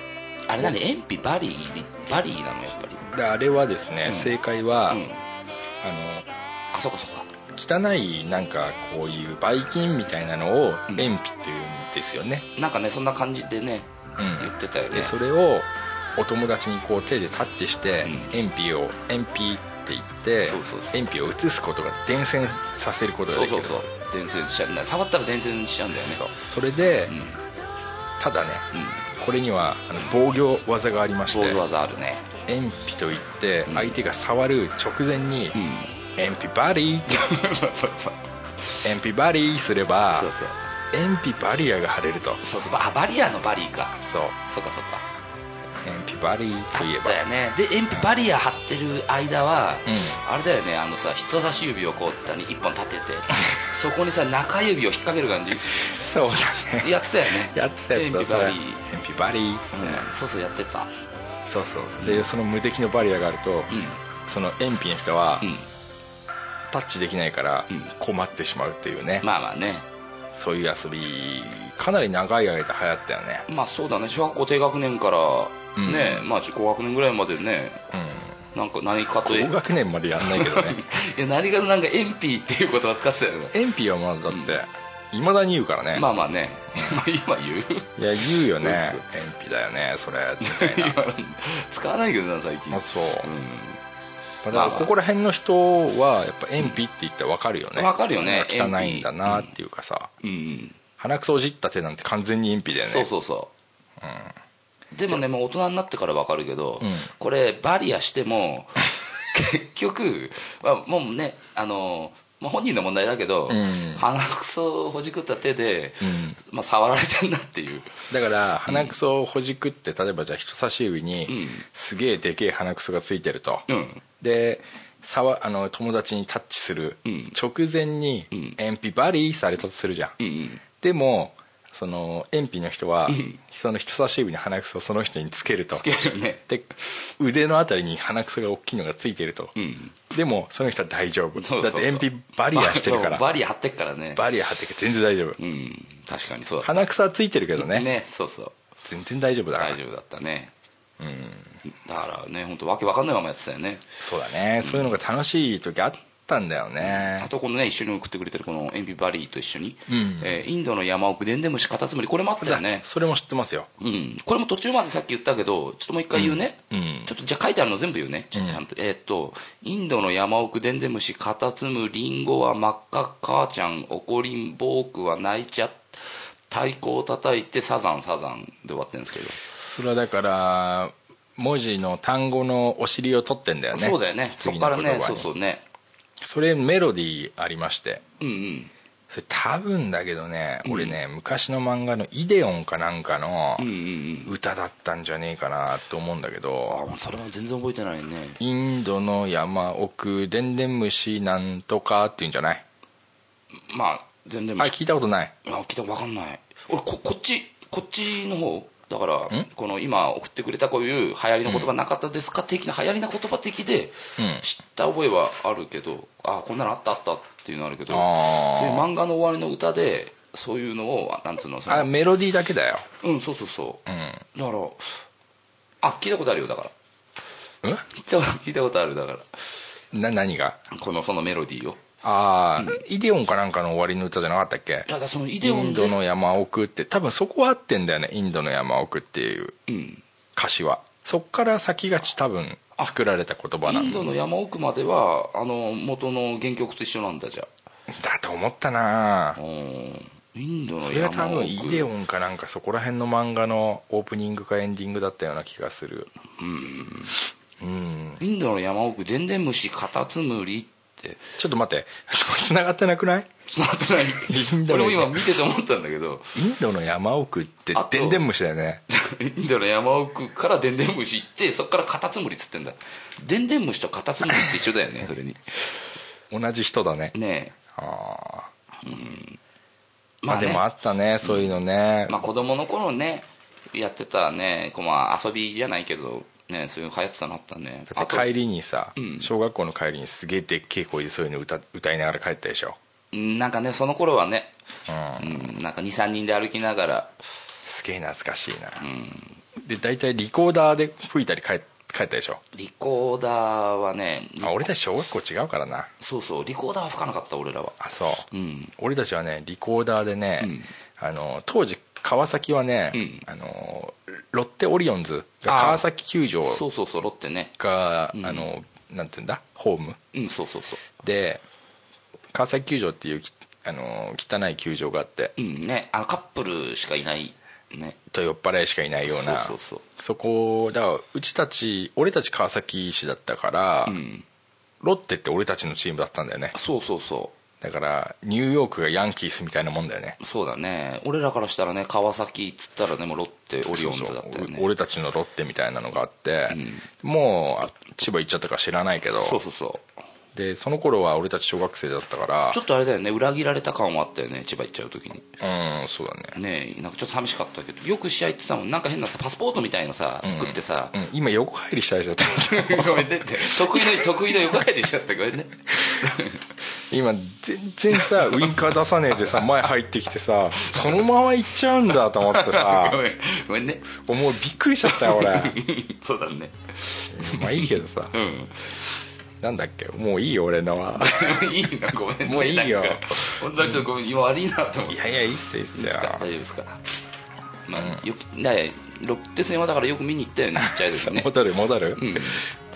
あれ何エンピバリーバリーなのやっぱり
であれはですね、
うん
正解は、
うん
あ
あそうかそうか
の汚いなんかこういうばい菌みたいなのを
うん
塩ピっていうんですよね、
なんかねそんな感じでね
うん
言ってたよね
でそれをお友達にこう手でタッチして、
うん
塩ピを塩ピって言って
そうそうそう
塩ピを移すことが伝染させること
そ
がで
う
きる
そうそう伝染しちゃうんだ触ったら伝染しちゃうんだよね
そうそれで、
うん
ただねこれにはあの防御技がありまして
うん防御技あるね
塩ピといって
うん
相手が触る直前に
うん
「塩ピバリー」
そうそうそう
「塩ピバリー」すれば
そうそう
塩ピバリアが晴れると
そうそうあバリアのバリーか
そう
そうかそうか
塩ピバリー
あ
といえ
っ
ば
たよねでエンピバリア張ってる間は、
う
あれだよねあのさ人差し指をこう一に一本 立ててそこにさ中指を引っ掛ける感じ
そうだ ね
やってたよね
やってたやつだそれ
エンピ
塩ピバリー
バリー、うんそうそうやってた
そうそうでその無敵のバリアがあると
う
その塩ピの人は
んうん
タッチできないから
うん
困ってしまうっていうね
まあまあね
そういう遊びかなり長い間流行ったよね
まあそうだね小学校低学年から
うん
ね、まあ高学年ぐらいまでね
うん
なんか何かと
高学年までやんないけどね
いや何かとなんかエンピーっていう言葉使ってたよね
塩ピはまだだっていまだに言うからね
まあまあね 今言う
いや言うよね
そうっ
塩ピだよねそれみたいな
使わないけどな最近
あそう
うん
まあ、だか
ま
ら
あ
ここら辺の人はやっぱ鉛筆って言ったら分かるよね、
うん分かるよね
こんな汚いんだなっていうかさ、
うん
鼻くそをじった手なんて完全に鉛筆だよね
そうそうそう、でもねもう大人になってから分かるけど、
うん
これバリアしても 結局、まあ、もうねあの、まあ、本人の問題だけど、
うん
鼻くそをほじくった手で、
うん
まあ、触られてんなっていう
だから鼻くそをほじくって例えばじゃあ人差し指に
うん
すげえでけえ鼻くそがついてると、
うん
で触あの友達にタッチする
うん
直前に
うん
鉛筆バリーされたとするじゃん、
うんうん
でもその鉛筆の人は
ん
その人差し指に鼻くそをその人につけると
つけるね
で腕のあたりに鼻くそが大きいのがついてると、
うん
でもその人は大丈夫
そうそうそう
だって鉛筆バリアしてるから
バリア張ってっからね
バリア張ってるから全然大丈夫、
うん確かにそうだ
鼻くそはついてるけどね
そうそう
全然大丈夫だから
大丈夫だったね
うん
だからね本当わけわかんないままやってたよね
そうだねそういうのが楽しい時あったんだよ
あ
ね、
とこのね一緒に送ってくれてるこのエンピバリーと一緒に、
うん
えーインドの山奥でんで虫カタツムリこれもあったよね
だそれも知ってますよ
うん、これも途中までさっき言ったけど、ちょっともう一回言うね、
うんうん
ちょっとじゃあ書いてあるの全部言うね、ちょっとちゃんとえーっと、インドの山奥でんで虫、カタツム、リンゴは真っ赤、母ちゃん、怒りん、ボークは泣いちゃ、太鼓を叩いて、サザン、サザンで終わってるんですけど、
それはだから文字の単語のお尻を取ってんだよね
そうだよね、そ
次
こか
の
ら
言葉
ね、
に
そうそうね、
それメロディーありまして
うんうん、
それ多分だけどね
ん
俺ね、昔の漫画の「イデオン」かなんかの
うんうんうん、
歌だったんじゃねえかなと思うんだけ
あ
ど、
あ、それは全然覚えてないね、
インドの山奥でんでん虫なんとかっていうんじゃない
まあ、全然
あれ聞いたことない
あ聞いた分かんない俺ここっちこっちの方だか
ん
らこの今送ってくれたこういう流行りの言葉なかったですか的な流行りな言葉的で
うん
知った覚えはあるけどあこんなのあったあったっていうのあるけど
あー
そういう漫画の終わりの歌でそういうのをあなんつうのその
あメロディーだけだよ
うんそうそうそううんだからあ聞いたことあるよだから
うん
聞いた聞いたことあるだか
な何が
らこのそのメロディーを
ああ、イデオンかなんかの終わりの歌じゃなかったっけ
いやだからそのイ
イ
デオンで
ンドの山奥って多分そこは合ってんだよねインドの山奥っていう
うん
歌詞はそっから先がち多分作られた言葉な
インド
ん
の山奥まではあの元の原曲と一緒なんだじゃあ
だと思ったな
うんインドの
そ
山奥
れは多分イデオンかなんかそこら辺の漫画のオープニングかエンディングだったような気がするうん
インドの山奥でんでん虫カタツムリって
ちょっと待って 繋がってなくない
繋がってない
インド
俺
の
も今見てて思ったんだけど
インドの山奥って
あと
でんでん虫だよね
インドの山奥からでんでん虫行ってそっからカタツムリっつってんだでんでん虫とカタツムリって一緒だよ ねそれに
同じ人だね
ね
あ
え
ーまあ
ね
でもあったねそういうのね
まあ、子供の頃ねやってたねこうまあ遊びじゃないけどねそういうの流行ってたのあったね
だって帰りにさ、
うん
小学校の帰りにすげえでっけえ声でそういうの歌歌いながら帰ったでしょ、
りなんかねその頃はね、
うん
うん、なんか23人で歩きながら
すげえ懐かしいな
う、ん
で大体リコーダーで吹いたり帰帰ったでしょ
リコーダーはね
あ俺たち小学校違うからな
そうそうリコーダーは吹かなかった俺らは
あそう、
うん
俺たちはねリコーダーでね、
うん
あの当時川崎はね、
うん
あのロッテオリオンズが川崎球場
そうそうそうロッテね
があ
うん
のなんていうんだホーム
うんそうそうそ
で川崎球場っていうきあの汚い球場があって
ううんねあのカップルしかいないね
ちょっと酔っ払いしかいないような
そうそう
そこだからうちたち俺たち川崎市だったから、
そううん
ロッテって俺たちのチームだったんだよね
そうそうそ
だからニューヨークがヤンキースみたいなもんだよね
うそうだね俺らからしたらね川崎っつったらねもうロッテオリオンズだったよ
そう
ね
そう俺たちのロッテみたいなのがあって、もうあ千葉行っちゃったか知らないけど
そうそうそう
でその頃は俺たち小学生だったから
ちょっとあれだよね裏切られた感はあったよね千葉行っちゃう時に
うんそうだね
ねなんかちょっと寂しかったけどよく試合行ってたもんなんか変なさパスポートみたいのさ作ってさ、
うん、今横入りしたでしょ
ごめんねって得意の得意の横入りしちゃったごめんね
今全然さウインカー出さねえで さ前入ってきてさそのまま行っちゃうんだと思っ てさ
ごめんごめんね
もうびっくりしちゃったよ俺
そうだね
まあいいけどさ
うん
なんだっけもういいよ俺のは
いいなごめんね
もういいよ
なんか本当はちょっとごめん今悪 いなと思っ
い
て
やいやいいっすよいいっ
いい
す
で
よ
すか大丈夫ですか まあよくねロッテ戦はだからよく見に行ったよねちっちゃい時ね
戻る戻る、
うん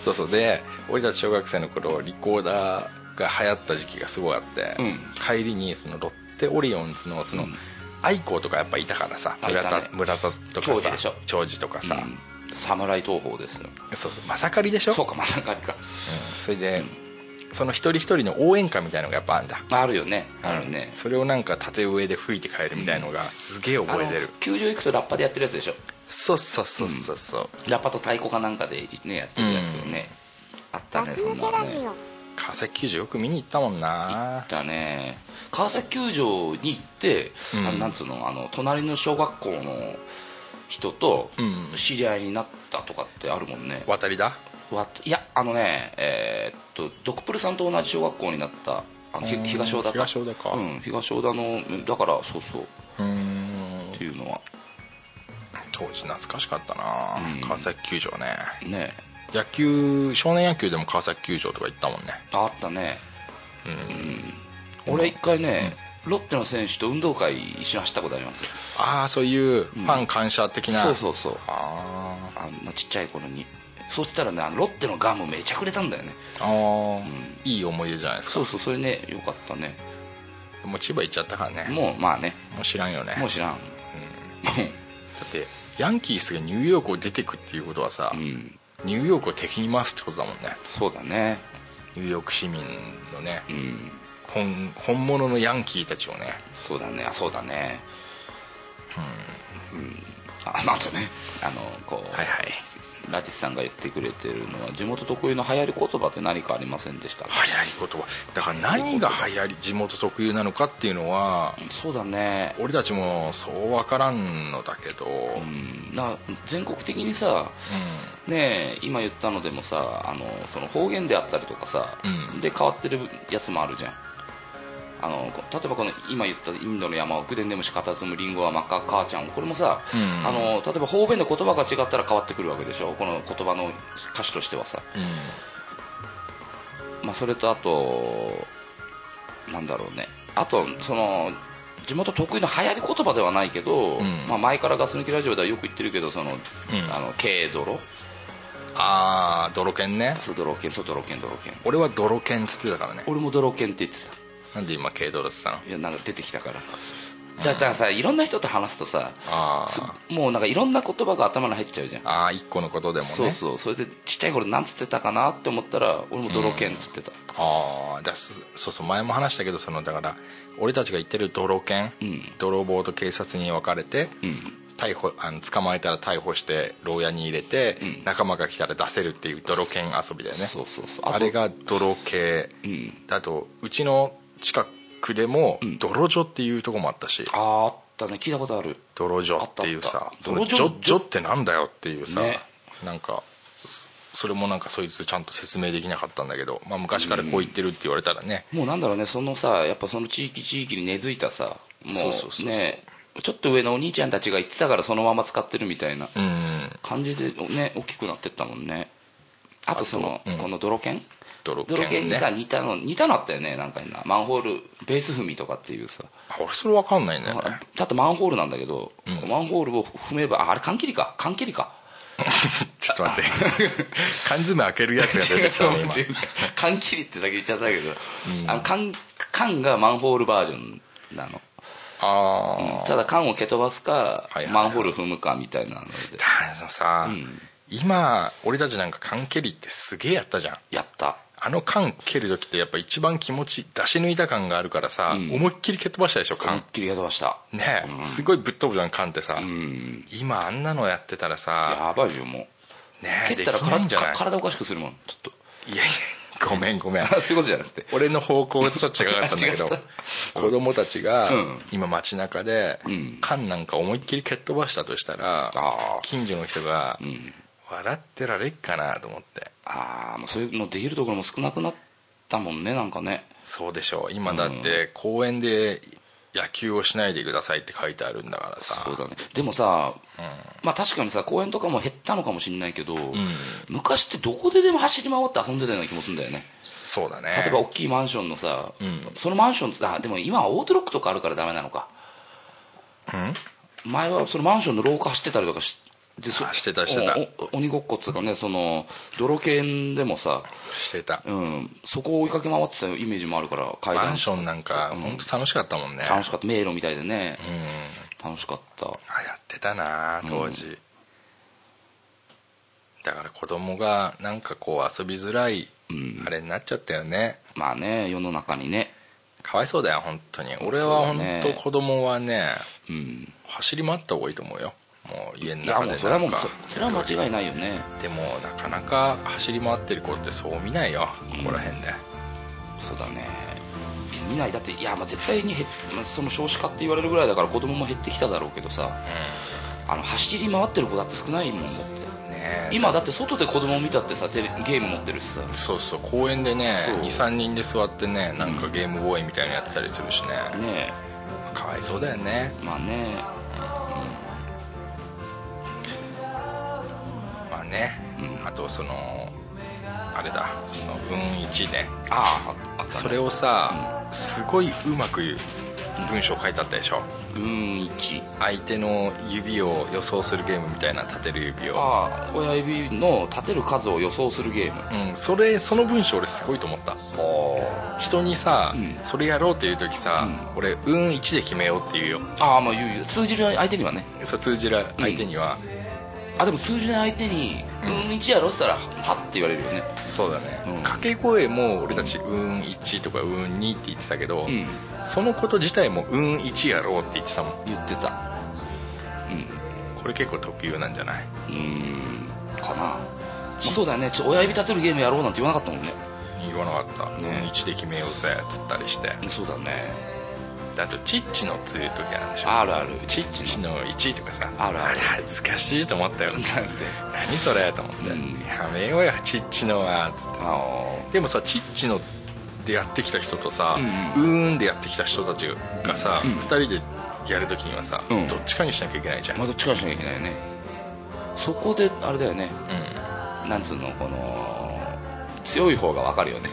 そうそうで俺たち小学生の頃リコーダーが流行った時期がすごいあって、
うん
帰りにそのロッテオリオンズのそ
う
の、
ん
アイコーとかやっぱいたからさ
あ
村
いた
田
ね
村田とか
長司
さ
でしょ
長司とかさ、
うん侍東宝ですよ
そうそうまさかりでしょ
そうかまさかりか
うんそれで、その一人一人の応援歌みたいのがやっぱあんだ
あるよねあるね、
それをなんか縦笛で吹いて帰るみたいのがすげえ覚えてる、
90いくとラッパでやってるやつでしょ
そうそうそうそうそう
ラッパと太鼓かなんかでねやってるやつよね、あったねそんなのね行っ
川崎球児よく見に行ったもんな
たね川崎球場に行って、
うん
あのなんつうのあの隣の小学校の人と
うん
知り合いになったとかってあるもんね、
渡りだ
わいやあのねえーっとドクプルさんと同じ小学校になったあのひ
うん
東小田か
東小田か
うん、東小田のだからそうそう
うーん
っていうのは
当時懐かしかったな、
うん
川崎球場ね
ね
野球少年野球でも川崎球場とか行ったもんね
あったね
うん、
俺一回ね、ロッテの選手と運動会一緒に走ったことありますよ
ああそういうファン感謝的な、
そうそうそう
あ
あんなちっちゃい頃にそしたらねあのロッテのガムめちゃくれたんだよね
ーあー、
ん
いい思い出じゃないですか
そうそうそれねよかったね
もう千葉行っちゃったからね
も
も
うまあね
う知らんよね
もう知らん
だってヤンキースがニューヨークを出てくっていうことはさ、
うん
ニューヨークを敵に回すってことだもんね
そうだね
ニューヨーク市民のね
うん
本本物のヤンキーたちをね
そうだねあそうだねうん、ああとねあのこう、
はいはい
ラティスさんが言ってくれてるのは地元特有の流行り言葉って何かありませんでしたか
流行り言葉だから何が流行り地元特有なのかっていうのは
そうだね
俺たちもそう分からんのだけど、う
うんんな全国的にさねえ今言ったのでもさあのその方言であったりとかさ、
うん
で変わってるやつもあるじゃんあのこ例えばこの今言ったインドの山奥で眠し片摘むリンゴは真っ赤母ちゃんこれもさ、
うん
あの例えば方言の言葉が違ったら変わってくるわけでしょこの言葉の歌詞としてはさ、まあ、それとあとなんだろうねあとその地元得意の流行り言葉ではないけど、
うん
まあ、前からガス抜きラジオではよく言ってるけどその、
ん
あの軽泥
ああ泥犬ね
そう泥犬そう泥犬泥犬
俺は泥犬っつってたからね
俺も泥犬って言ってた
なんで今軽泥っつったの
いやなんか出てきたからだだからさいろんな人と話すとさ
あ
す
ー
もうなんかいろんな言葉が頭に入っちゃうじゃん
あー一個のことでもね
そうそうそれでちっちゃい頃なんつってたかなって思ったら俺も泥犬っつってた
ああだすそうそう前も話したけどそのだから俺たちが言ってる泥犬、
うん
泥棒と警察に分かれて、
うん
逮捕あの捕まえたら逮捕して牢屋に入れて、
うん
仲間が来たら出せるっていう泥犬遊びだよね
そうそうそう
あ
と
れが泥系
うん
だとうちの近くでも
ん
泥女っていうとこもあったし、
あーあったね聞いたことある
泥女っていうさ
あった
そ
泥
の
女
女女ってなんだよっていうさ、
ね
なんかそそれもなんかそいつちゃんと説明できなかったんだけど、まあ、昔からこう言ってるって言われたらね、
もうなんだろうねそのさやっぱその地域地域に根付いたさもう
そうそうそうそう
ねちょっと上のお兄ちゃんたちが言ってたからそのまま使ってるみたいな
うん
感じでね大きくなってったもんねあとその
あとうん
この泥犬
泥
泥
犬
犬にさ似たの似たのあったよねなんかになマンホールベース踏みとかっていうさ
あ俺それわかんないんだよね
だってマンホールなんだけど、
うん
マンホールを踏めばああれ缶切りか缶切り か
ちょっ と待って缶詰開けるやつが出てきたの今
缶切りって先言っちゃったけど、あの缶缶がマンホールバージョンなの
ああ
ただ缶を蹴飛ばすか、
はいはいはい
マンホール踏むかみたいなので
あのさ、
うん
今俺たちなんか缶蹴りってすげえやったじゃん
やった
あの缶蹴る時ってやっぱ一番気持ち出し抜いた感があるからさ、
うん
思いっきり蹴っ飛ばしたでしょ
缶っ
缶
きり蹴飛ばした
ねえ、すごいぶっ飛ぶじゃん缶ってさ、
うん
今あんなのやってたら
や
さ
ばいよもう
ねえ
蹴っ
でき
たら
ないんじゃない
体体おかしくするもんちょっと
いやいやごめんごめん
そういうことじゃ なくて
俺の方向とちょっと違かったん だけ
違っ
ど子供たちが
うん
今街中で
うん
缶なんか思いっきり蹴っ飛ばしたとしたら
あー
近所の人が
うん
笑ってられっかなと思って
ああもうそういうのできるところも少なくなったもんねなんかね
そうでしょう今だって公園で野球をしないでくださいって書いてあるんだからさ
そうだねでもさ、まあ確かにさ公園とかも減ったのかもしれないけど、昔ってどこででも走り回って遊んでたような気もするんだよね
そうだね
例えば大きいマンションのさ、
うん
そのマンションつあでも今はオートロックとかあるからダメなのか
うん
前はそのマンションの廊下走ってたりとかしでそ
あしてたしてた
おお鬼ごっこっつうかねその泥犬でもさ、
してた
うん、そこを追いかけ回ってたイメージもあるから階段
マンションなんか
うん
本当楽しかったもんね
楽しかった迷路みたいでね、
うん
楽しかった
あやってたな当時、だから子供がなんかこう遊びづらい
うん
あれになっちゃったよね
まあね世の中にね
かわいそうだよ本当に
う
俺は
そうだ
本
ね
当子供はね
うん
走り回った方がいいと思うよもう家の
いや
中で
も
な
うんそれはもう
か
そそれは間違いないよね
でもなかなか走り回ってる子ってそう見ないよここら辺で、
そうだね見ないだっていやまあ絶対に減っまあその少子化って言われるぐらいだから子供も減ってきただろうけどさあの走り回ってる子だって少ないもんだって
うんねえ
今だって外で子供見たってさテレゲーム持ってるしさ
そうそう公園でね
そう
23人で座ってねなんかゲームボーイみたいなのやってたりするしね、
ね
かわいそうだよね
えまあね
まあね、あとそのあれだその文1ね
あああったね
それをさ、すごいうまく文章書いてあったでしょ
うん1
相手の指を予想するゲームみたいな立てる指を
ああ親指の立てる数を予想するゲーム
うんそれその文章俺すごいと思った人にさ、
うん
それやろうっていう時さ、俺運1で決めようって言うよ
ああまあ言う言う通じる相手にはね
そう通じる相手には、
あでも通じない相手に「
うん
うん1やろ」っつったら「はっ」って言われるよね
そうだね、
うん
掛け声も俺たち運1とか運2って言ってたけど、
うん
そのこと自体も運1やろうって言ってたもん
言ってた
これ結構特有なんじゃないう
ーんかな、まあ、そうだよねちょ親指立てるゲームやろうなんて言わなかったもんね
言わなかった、
ね
1で決めようぜっつったりして
そうだね
あとチッチのっていう時あるでしょ
あるある
チッチの1とかさ
あるある
れ恥ずかしいと思ったよ
なんで
何それと思って、
うん
やめようよチッチのはつって
あ
でもさチッチのでやってきた人とさ、う
うん
ーんでやってきた人たちがさ、
うん
2人でやるときにはさ、
うん
どっちかにしなきゃいけないじゃ
あ
ん、
まあどっちかにしなきゃいけないよねそこであれだよね
うん
なんつうのこの強い方がわかるよね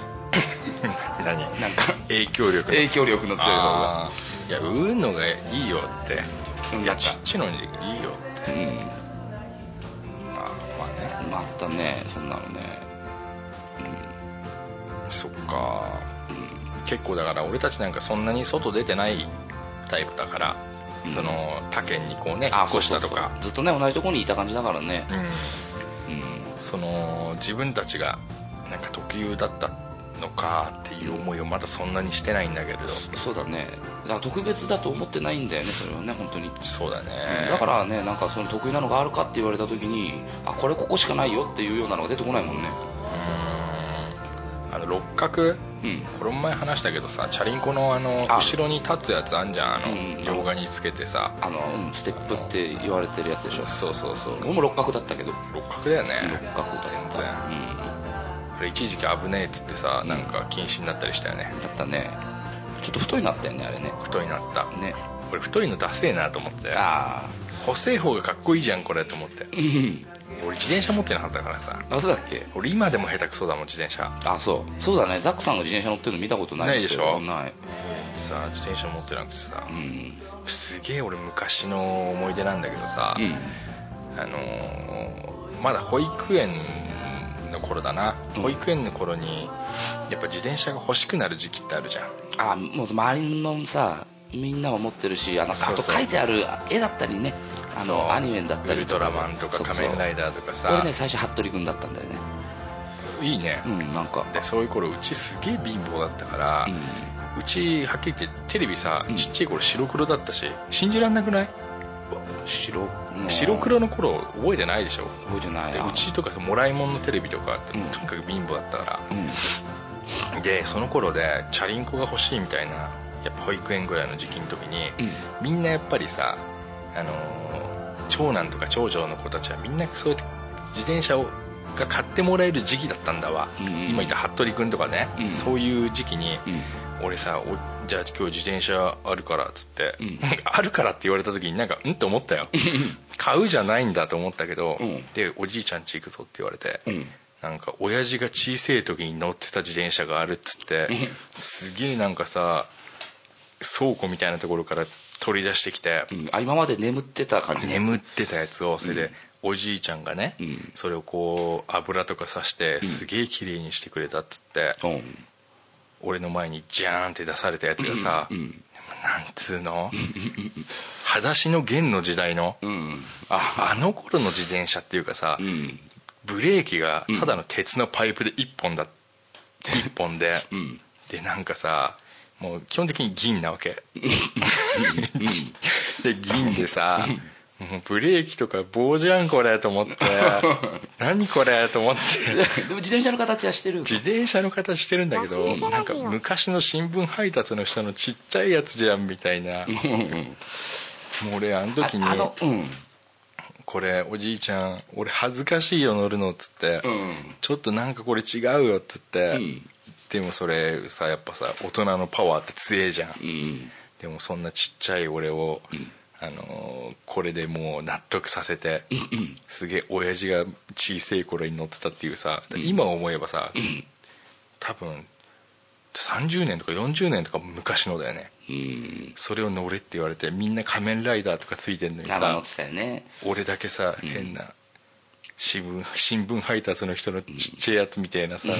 何
なんか
影響力の
影響力の強い方が
あーいやうーんのがいいよって
うん
い
な
や
んか
ちっちのにいいよって
う
まあまあね
んまああったねそんなのね
そっか、結構だから俺たちなんかそんなに外出てないタイプだから、
うん
その他県にこうね引
あ
っ越したと
そうそう
か
そうずっとね同じとこにいた感じだからね
うん
うん
その自分たちがなんか特有だったのかっていう思いをまだそんなにしてないんだけれど
そうだねだから特別だと思ってないんだよねそれはね本当に
そうだね
だからねなんかその得意なのがあるかって言われた時にあこれここしかないよっていうようなのが出てこないもんね
うんあの六角
うん
これも前話したけどさチャリンコのあの
あ
後ろに立つやつあんじゃんあ
うん
の両側につけてさ
あの、うんステップって言われてるやつでしょ
そうそうそう
俺も六角だったけど
六角だよね
六角だっ
全然
た、うん、
あれ一時期危ねえっつってさなんか禁止になったりしたよね
だったねちょっと太いなったよねあれね
太いになった
ね
俺太いのダセえなと思って
ああ
細い方がかっこいいじゃんこれと思って
うん
俺自転車持ってなかったからさ
あそうだっけ
俺今でも下手くそだもん自転車
あそうそうだねザックさんが自転車乗ってるの見たことないすよない
さ自転車持ってなくてさ
うん
すげえ俺昔の思い出なんだけどさ、
うん
あのーまだ保育園の頃だな
うん
保育園の頃にやっぱ自転車が欲しくなる時期ってあるじゃん
あもう周りのさみんなも持ってるしあのあ
そうそう
と書いてある絵だったりねあ
そう
のアニメだった
ウ
り
ルトラマンとか
そうそう
仮面ライダーとかさ
俺ね最初服部君だったんだよね
いいね、
うんなんか
でそういう頃うちすげえ貧乏だったから、
う
うんちはっきり言ってテレビさ、
うん
ちっちゃい頃白黒だったし信じらんなくない
白もう
白黒の頃覚えてないでしょ
覚えてない
で
な
うちとかさもらいもんのテレビとかあって、
うん
とにかく貧乏だったから
うん
でその頃でチャリンコが欲しいみたいなやっぱ保育園ぐらいの時期の時に、
うん
みんなやっぱりさ、あのー長男とか長女の子たちはみんなそうやって自転車をが買ってもらえる時期だったんだわ、
うんうん
今言った服部君とかね、
うん
そういう時期に、
うん
俺さおじゃあ今日自転車あるからっつって、
うん
なんか あるからって言われた時になんかうんって思ったよ買うじゃないんだと思ったけど、
うん
でおじいちゃん家行くぞって言われて、
うん
なんか親父が小さい時に乗ってた自転車があるっつって
ん
すげえなんかさ倉庫みたいなところから取り出してきて
うんあ今まで眠ってた感じ
眠ってたやつをそれでおじいちゃんがね、
うん
それをこう油とかさしてすげえ綺麗にしてくれたっつって、
うん
俺の前にジャーンって出されたやつがさ、
うん
なんつうの裸足の弦の時代の、
うん
ああの頃の自転車っていうかさ、
うん
ブレーキがただの鉄のパイプで1本だ、一本で、
うん
でなんかさもう基本的に銀なわけ で銀でさもうブレーキとか棒じゃんこれと思 って何これと思って
でも自転車の形はしてる
自転車の形してるんだけどなんか昔の新聞配達の人のちっちゃいやつじゃんみたいなも
うんうん
う俺あの
あ
時に
あのうん
「これおじいちゃん俺恥ずかしいよ乗るの」っつって
うん
「ちょっとなんかこれ違うよ」っつって
うん
でもそれさやっぱさ大人のパワーって強えじゃん
うん
でもそんなちっちゃい俺を、あのーこれでもう納得させて、すげえ親父が小さい頃に乗ってたっていうさ、今思えばさ、多分30年とか40年とか昔のだよね
うん
それを乗れって言われてみんな仮面ライダーとかついてんのに
なんか乗
さ
ってたよね
俺だけさ変な新聞新聞配達の人のちっちゃいやつみたいなさ、や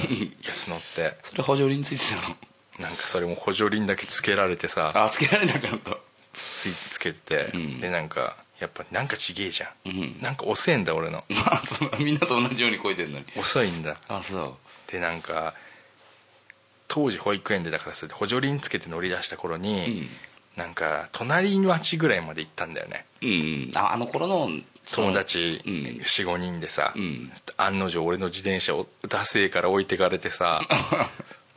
つ乗って
それ補助輪ついてたの
なんかそれも補助輪だけつけられてさ
あつけられなくなった
ついつけて、
うん
でなんかやっぱなんかちげえじゃ
う
ん、
ん
なんか遅えんだ俺の
あそうみんなと同じようにこいてるのに
遅いんだ
あそう
でなんか当時保育園でだからそれで補助輪つけて乗り出した頃に、なんか隣町ぐらいまで行ったんだよね
うんうんああの頃のその
友達
うん
45人でさ、
うん
案の定俺の自転車をダセえから置いてかれてさ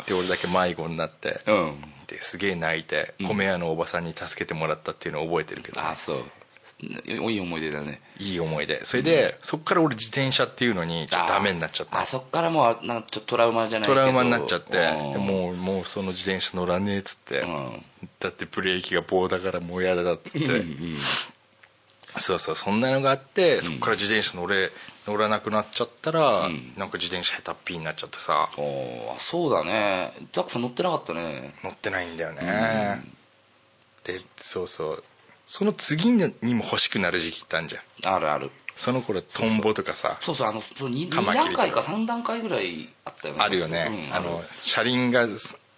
で俺だけ迷子になって、
うん
ですげえ泣いて米屋のおばさんに助けてもらったっていうのを覚えてるけどね、
あそういい思い出だね
いい思い出それで、そっから俺自転車っていうのにちょっとダメになっちゃっ
あ
た
そっからもうなんかちょっとトラウマじゃないけ
ト
ど
ラウマになっちゃって
うん
でもうもうその自転車乗らねえっつって、
うん
だってブレーキが棒だからもうやだっつって、
うん
そうそうそんなのがあってそっから自転車乗れ乗らなくなっちゃったら、
うん
なんか自転車下手っぴになっちゃってさ
おーそうだねザックさん乗ってなかったね
乗ってないんだよね、でそうそうその次にも欲しくなる時期ってあるじゃん
あるある
その頃トンボとかさ
そうそうあのそう 2,
カマキリ
段
とか
階か3段階ぐらいあったよね
あるよね、
うん
あ
あの
の車輪が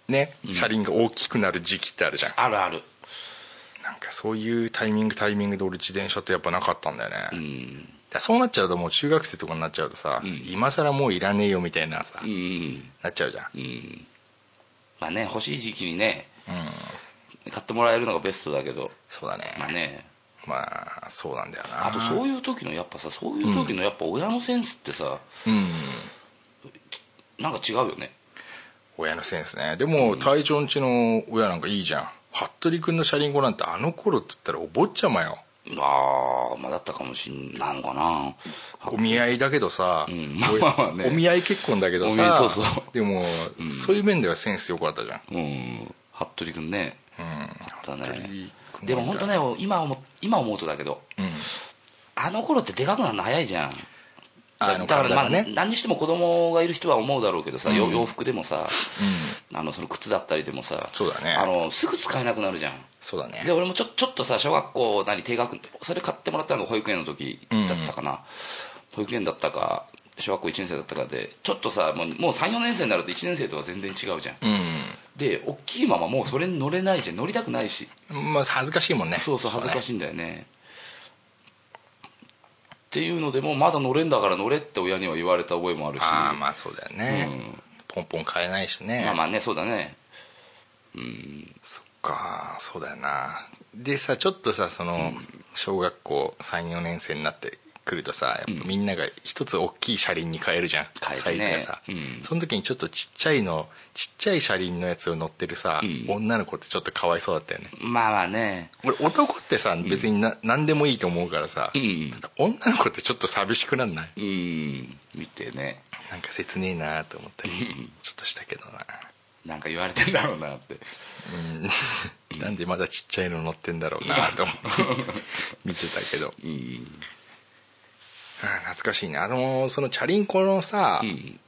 ね車輪が大きくなる時期ってあるじゃん、
あるある
なんかそういうタイミングタイミングで俺自転車ってやっぱなかったんだよね、
う
だか
ん
らそうなっちゃうともう中学生とかになっちゃうとさ、
ん
今更もういらねえよみたいなさ、
うん
なっちゃうじゃん
うんまあね欲しい時期にね
うん
買ってもらえるのがベストだけど
そうだね
まあね
まあそうなんだよな
あとそういう時のやっぱさそういう時のやっぱ親のセンスってさ、
うん
なんか違うよね
親のセンスねでも隊長んちの親なんかいいじゃん服部君の車輪子なんてあの頃っつったらお坊ちゃまよ
ああまあだったかもしんないのかな
お見合いだけどさ、
んまあまあね
お見合い結婚だけど
お見合い
さ
そうそう
でも、そういう面ではセンス良かったじゃん
うん服部君ね
うん
あったね
服部君
でも本当ね今思今思うとだけど
うん
あの頃ってでかくなるの早いじゃん
あ
だ
の
だからまあ、
体が
ね、何にしても子供がいる人は思うだろうけどさ、よ洋服でもさ、
う
あのその靴だったりでもさ
そうだね
あのすぐ使えなくなるじゃん
そうだね
で俺もちょちょっとさ小学校何低学それ買ってもらったのが保育園の時だったかな、保育園だったか小学校1年生だったかでちょっとさもうもう34年生になると1年生とは全然違うじゃん
う
で大きいままもうそれに乗れないじゃん乗りたくないし
んまあ恥ずかしいもんね
そうそう恥ずか
い
しいんだよねっていうのでもまだ乗れんだから乗れって親には言われた覚えもあるし
ああまあそうだよね、
うん
ポンポン買えないしね
まあまあねそうだね
そっかそうだよなでさちょっとさその小学校34年生になってくるとさやっぱみんなが一つ大きい車輪に変えるじゃん、
変え
サイ
るね
ズがさ、
うん
その時にちょっとちっちゃいのちっちゃい車輪のやつを乗ってるさ、
ん
女の子ってちょっとかわいそうだったよね
まあまあね
俺男ってさ別にな、ん、何でもいいと思うからさ、
うん
女の子ってちょっと寂しくなんない
うん見てね
なんか切ねえなと思ったりちょっとしたけどな、
なんか言われてんだろうなって
うん、なんでまだちっちゃいの乗ってんだろうなと思って 見てたけど、あ
うん
あ懐かしいねあのーそのチャリンコのさ
うん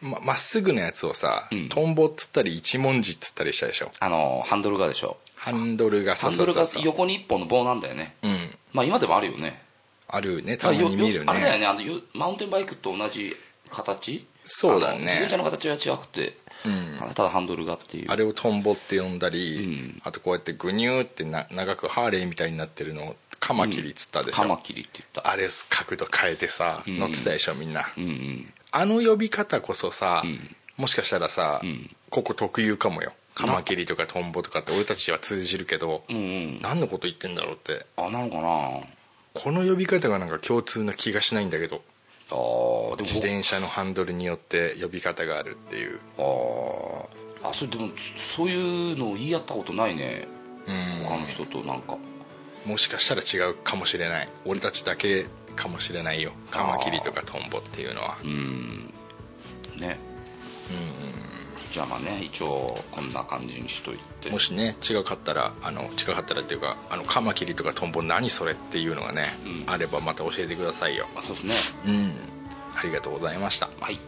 ままっすぐのやつをさ、
うん
トンボっつったり一文字っつったりしたでしょ
あのハンドルがでしょ
ハンドルが
ハンドルが
そうそうそうそう
横に一本の棒なんだよね
うん
まあ今でもあるよね
あるよねた
あ
ま
よ
に見る
よ
よ
あれだよ
ね
ねあのよマウンテンバイクと同じ形
そう
あ
だね
の自転車の形は違くて、
うん
ただハンドルがっていう
あれをトンボって呼んだり、
うん
あとこうやってグニューってな長くハーレーみたいになってるのをカマキリっつったでしょ、
カマキリって言った
あれ角度変えてさ
うん
乗ってたでしょみんな、
うんうん
あの呼び方こそさ、
ん
もしかしたらさ、
ん
ここ特有かもよカマキリとかトンボとかって俺たちは通じるけど、
うんうん
何のこと言ってんだろうって
あなのかな
この呼び方がなんか共通な気がしないんだけど
あーで
自
も
転車のハンドルによって呼び方があるっていう
あーあそれでもそそういうのを言い合ったことないね
うん
他の人となんか
もしかしたら違うかもしれない俺たちだけかもしれないよカマキリとかトンボっていうのは
うんねじゃあまあね一応こんな感じにしといて
もしね違かったらあの違かったらっていうかあのカマキリとかトンボ何それっていうのがね、
うん
あればまた教えてくださいよ
あそうですね
うんありがとうございました
はい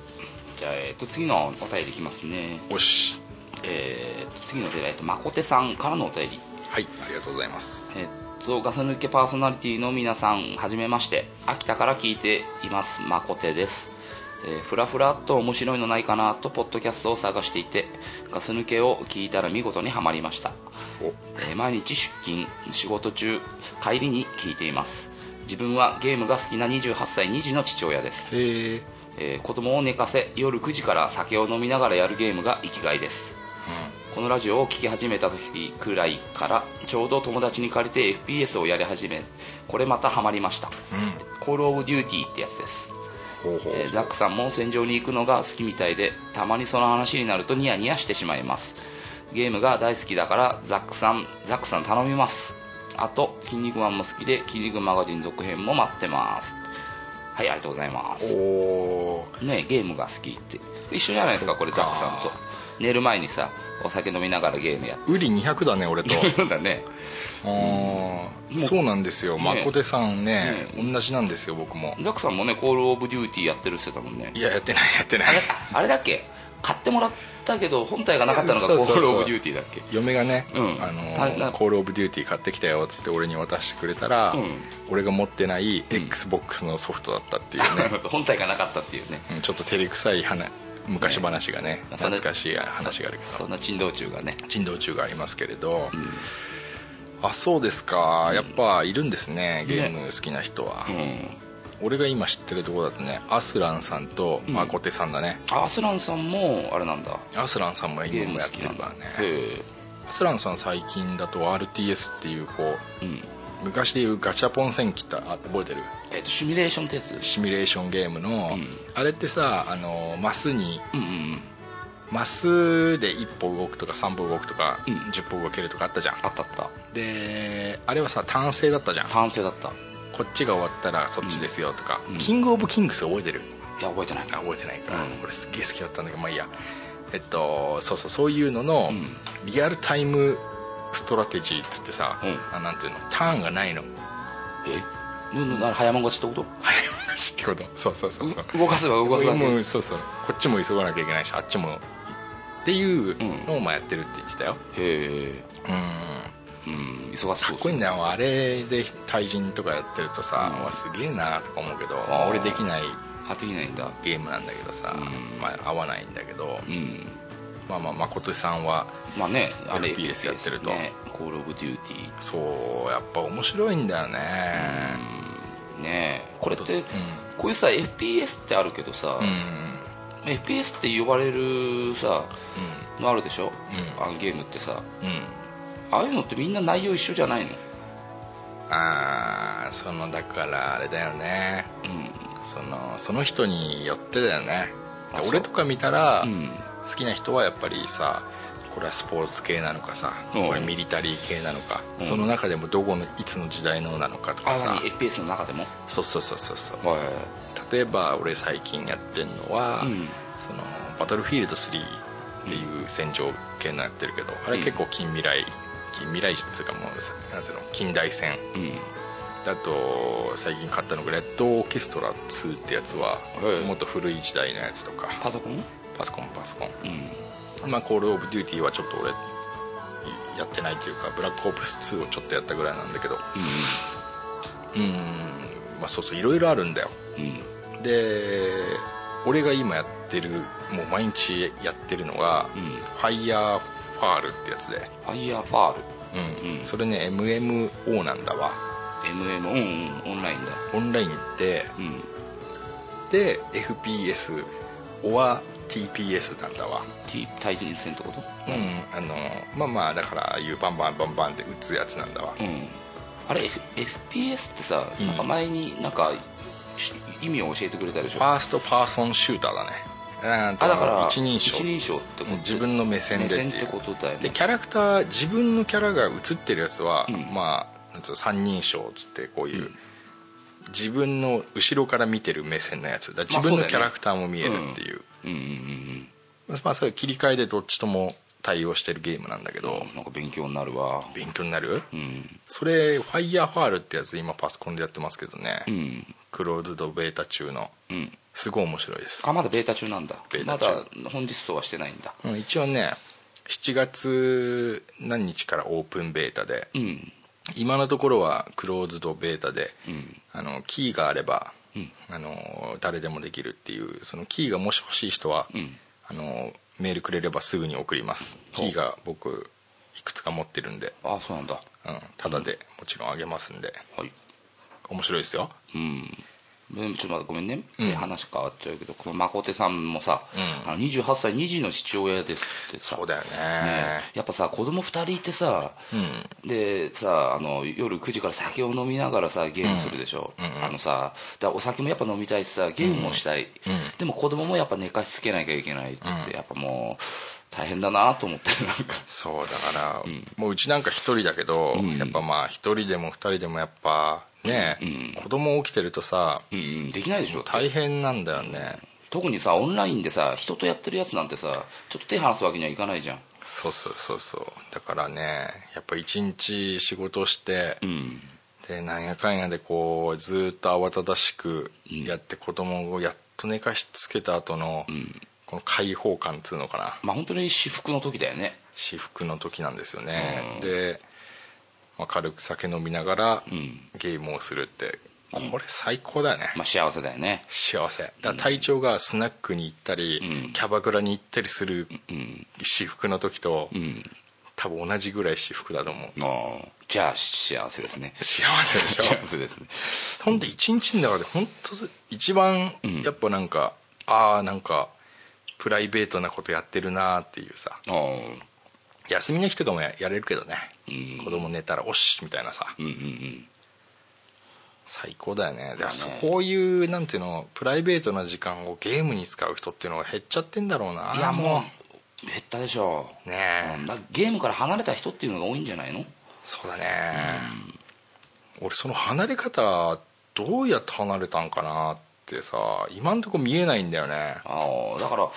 じゃあ、えっと次のお便りいきますね
よし
えー、次のお便り、えっと、まこてさんからのお便り
はいありがとうございます
えっとガス抜けパーソナリティの皆さんはじめまして秋田から聞いていますまこてです、えー、ふらふらっと面白いのないかなとポッドキャストを探していてガス抜けを聞いたら見事にはまりました
お
えー毎日出勤仕事中帰りに聞いています自分はゲームが好きな28歳2児の父親です、
へえ
えー子供を寝かせ夜9時から酒を飲みながらやるゲームが生きがいですこのラジオを聴き始めた時くらいからちょうど友達に借りて FPS をやり始めこれまたハマりました
うんうん
コールオブデューティーってやつです、
ほうほう
えーザックさんも戦場に行くのが好きみたいでたまにその話になるとニヤニヤしてしまいますゲームが大好きだからザックさんザックさん頼みますあと「筋肉マン」も好きで「筋肉マガジン」続編も待ってますはいありがとうございます
おー
ねゲームが好きって一緒じゃないですかこれ
そ
ザ
っ
ッ
か
クさんと寝る前にさお酒飲みながらゲームやって
ウリ200だね 俺と
そうだねう
あー
ん
そうなんですよ
ね
まこてさんね同じなんですよ僕も
ザックさんもねコールオブデューティーやってるしてたもんね
いややってないやってな
あれ
い
あれだっけ買ってもらったけど本体がなかったのが
そう
コ
そうそ
ー
う
ルオブデューティーだっけ
嫁がね、
うん
あの
たな
コール・オブ・デューティー買ってきたよっつって俺に渡してくれたら、
うん
俺が持ってない XBOX のソフトだったっていう ね、
本体がなかったっていうね
うんちょっと照れくさい話昔話がね
そんな
懐かしい話があるけ
そんな珍道中がね
ど珍道中がありますけれど、あそうですかやっぱいるんですねゲーム好きな人は、
うん
俺が今知ってるところだとねアスランさんと
うん
マコテさんだね、
アスランさんもあれなんだ
アスランさんも
ゲ
今
ー
も
ム
や
好
って
き
る
な
か
んだ
らね
へ
アスランさん最近だと RTS っていうこう
えうん
昔でいうガチャポン戦記ってあ覚えてる
えっとシミュレーションってやつ
シミュレーションゲームの、
うん
あれってさあのマスに
うんうんうん
マスで1歩動くとか3歩動くとか、
うん
10歩動けるとかあったじゃん
あったあった
であれはさ単成だったじゃん
完成だったい
こっちが終わったらそっちですよとか、
うん
キングオブキングス覚えてる
や覚えてない
あ覚えてないか、
うん
俺すっげえ好きだったんだけどまあいいやえっとそうそうそういうのの、
うん
リアルタイムストラテジーっつってさ、
うん
あなんていうのターンがないの
えうんな早まん勝ちってこ
早い話ってことそうそうそうそう
とう動かせば動かすだけ
もうそうそうこっちも急がなきゃいけないしあっちもっていうのをまあやってるって言ってたよ
へえ
うん
うん忙し
か
そ
っ
う
こいいん
ね
だよあれで対人とかやってるとさ、
うん
うわすげえなとか思うけど、
あー
俺できない
あできないんだ
ゲームなんだけどさ、
うん
まあ合わないんだけど、
うん
まあまあ誠さんは
まあね、あれ
FPS やってると
ね、コールオブデューティー
そうやっぱ面白いんだよね、
ねえこれって、
うん
こういうさ FPS ってあるけどさ、
うん
FPS って呼ばれるさのあるでしょ、
うん
あのゲームってさ
うんうん
ああいうのってみんな内容一緒じゃないの
ああそのだからあれだよね
うん
そのその人によってだよね
あそう
俺とか見たら、
うん
好きな人はやっぱりさこれはスポーツ系なのかさ、
うん
これミリタリー系なのか、
うん
その中でもどこのいつの時代のなのかと
あ
かさ
何 FPS の中でも
そうそうそうそうそう
は
例えば俺最近やってるのは、
うん
そのバトルフィールド3っていう戦場系のやってるけど、あれ結構近未来近未来っていうかもうさなんていうの近代戦
いうん
あと最近買ったのが「レッドオーケストラ2」ってやつは、
はい
もっと古い時代のやつとか
パソコン
パソコンパソコン
うん
まあ、コール・オブ・デューティーはちょっと俺やってないというかブラック・オプス2をちょっとやったぐらいなんだけど、うんまあそうそういろいろあるんだよ
うん
で俺が今やってるもう毎日やってるのが、
うん
ファイヤーファールってやつで、
ファイヤーファール
うん
うん
それね MMO なんだわ
MM うんうんオンラインだ
オンラインって
うん
で FPS or TPS なんだわ
T 対人戦ってこと
うんあのまあまあだからああいうバンバンバンバンって打つやつなんだわ
うんあれ、F- FPS ってさなんか前になんかし意味を教えてくれたでし
フ
ょ
ァーストパーソンシューターだねあ
あだから
一人称
一人称ってこと
自分の目線で
目
ってい
線
う
ってことだよ
で
ね
キャラクター自分のキャラが映ってるやつは、
うん
まあなんつうの三人称つってこういう、
うん
自分の後ろから見てる目線のやつ
ま
だ
あ
自分
そうだよ
の
ね
キャラクターも見えるっていう
うんうんうん
まあ、そういう切り替えでどっちとも対応してるゲームなんだけ
う
ど
んなんか勉強になるわ
勉強になる
うん
それファイヤーファールってやつ今パソコンでやってますけどね、
うん
クローズドベータ中の
うん
すごい面白いです
あまだベータ中なんだ
ベー
ま
タ中
だ本実装はしてないんだ
うん一応ね7月何日からオープンベータで
うん
今のところはクローズドベータで、
うん
あのキーがあれば、
うん
あの誰でもできるっていうそのキーがもし欲しい人は、
うん
あのメールくれればすぐに送りますキーが僕いくつか持ってるんで、
あそうなんだ
うん、ただでもちろんあげますんで
はい
面白いですよ
うんでもちょっと待ってごめんね、
うん
で話変わっちゃうけどこのまこてさんもさ、
うん
あの28歳2児の父親ですってさ
そうだよね
ねやっぱさ子供2人いてさ、でさあの夜9時から酒を飲みながらさゲームするでしょ、
うんうんうん
あのさだお酒もやっぱ飲みたいしさゲームもしたい、
うんうん
でも子供もやっぱ寝かしつけなきゃいけないって、
うん
やっぱもう大変だなと思ってなんか
そうだから、もううちなんか一人だけど、
うん
やっぱまあ一人でも二人でもやっぱね、
うん
子供起きてるとさ
うんうんできないでしょ
大変なんだよね
特にさオンラインでさ人とやってるやつなんてさちょっと手離すわけにはいかないじゃん
そうそうそうそうだからねやっぱ一日仕事して、
うん
でなんやかんやでこうずーっと慌ただしくやって子供をやっと寝かしつけた後の、この解放感っつうのかな
まあ本当に私服の時だよね
至福の時なんですよね、
うん
で、まあ、軽く酒飲みながら
うん
ゲームをするってこれ最高だよね、
まあ幸せだよね
幸せだから隊長がスナックに行ったり、
うん
キャバクラに行ったりする
うん
至福の時と、
うん
多分同じぐらい至福だと思う
ああじゃあ幸せですね
幸せでしょ
幸せですね
ほんで一日の中で本当一番
うん
やっぱなんか、ああなんかプライベートなことやってるなーっていうさ
ああ
休みの日とかもややれるけどね、
うん
子供寝たら「おっし」みたいなさ
うんうんうん
最高だよねだから
だね
そういうなんていうのプライベートな時間をゲームに使う人っていうのが減っちゃってんだろうない
いやもう減ったでしょ
うね
う
え
んだゲームから離れた人っていうのが多いんじゃないの
そうだね、俺その離れ方どうやって離れたんかなってさ今んとこ見えないんだよね
ああだから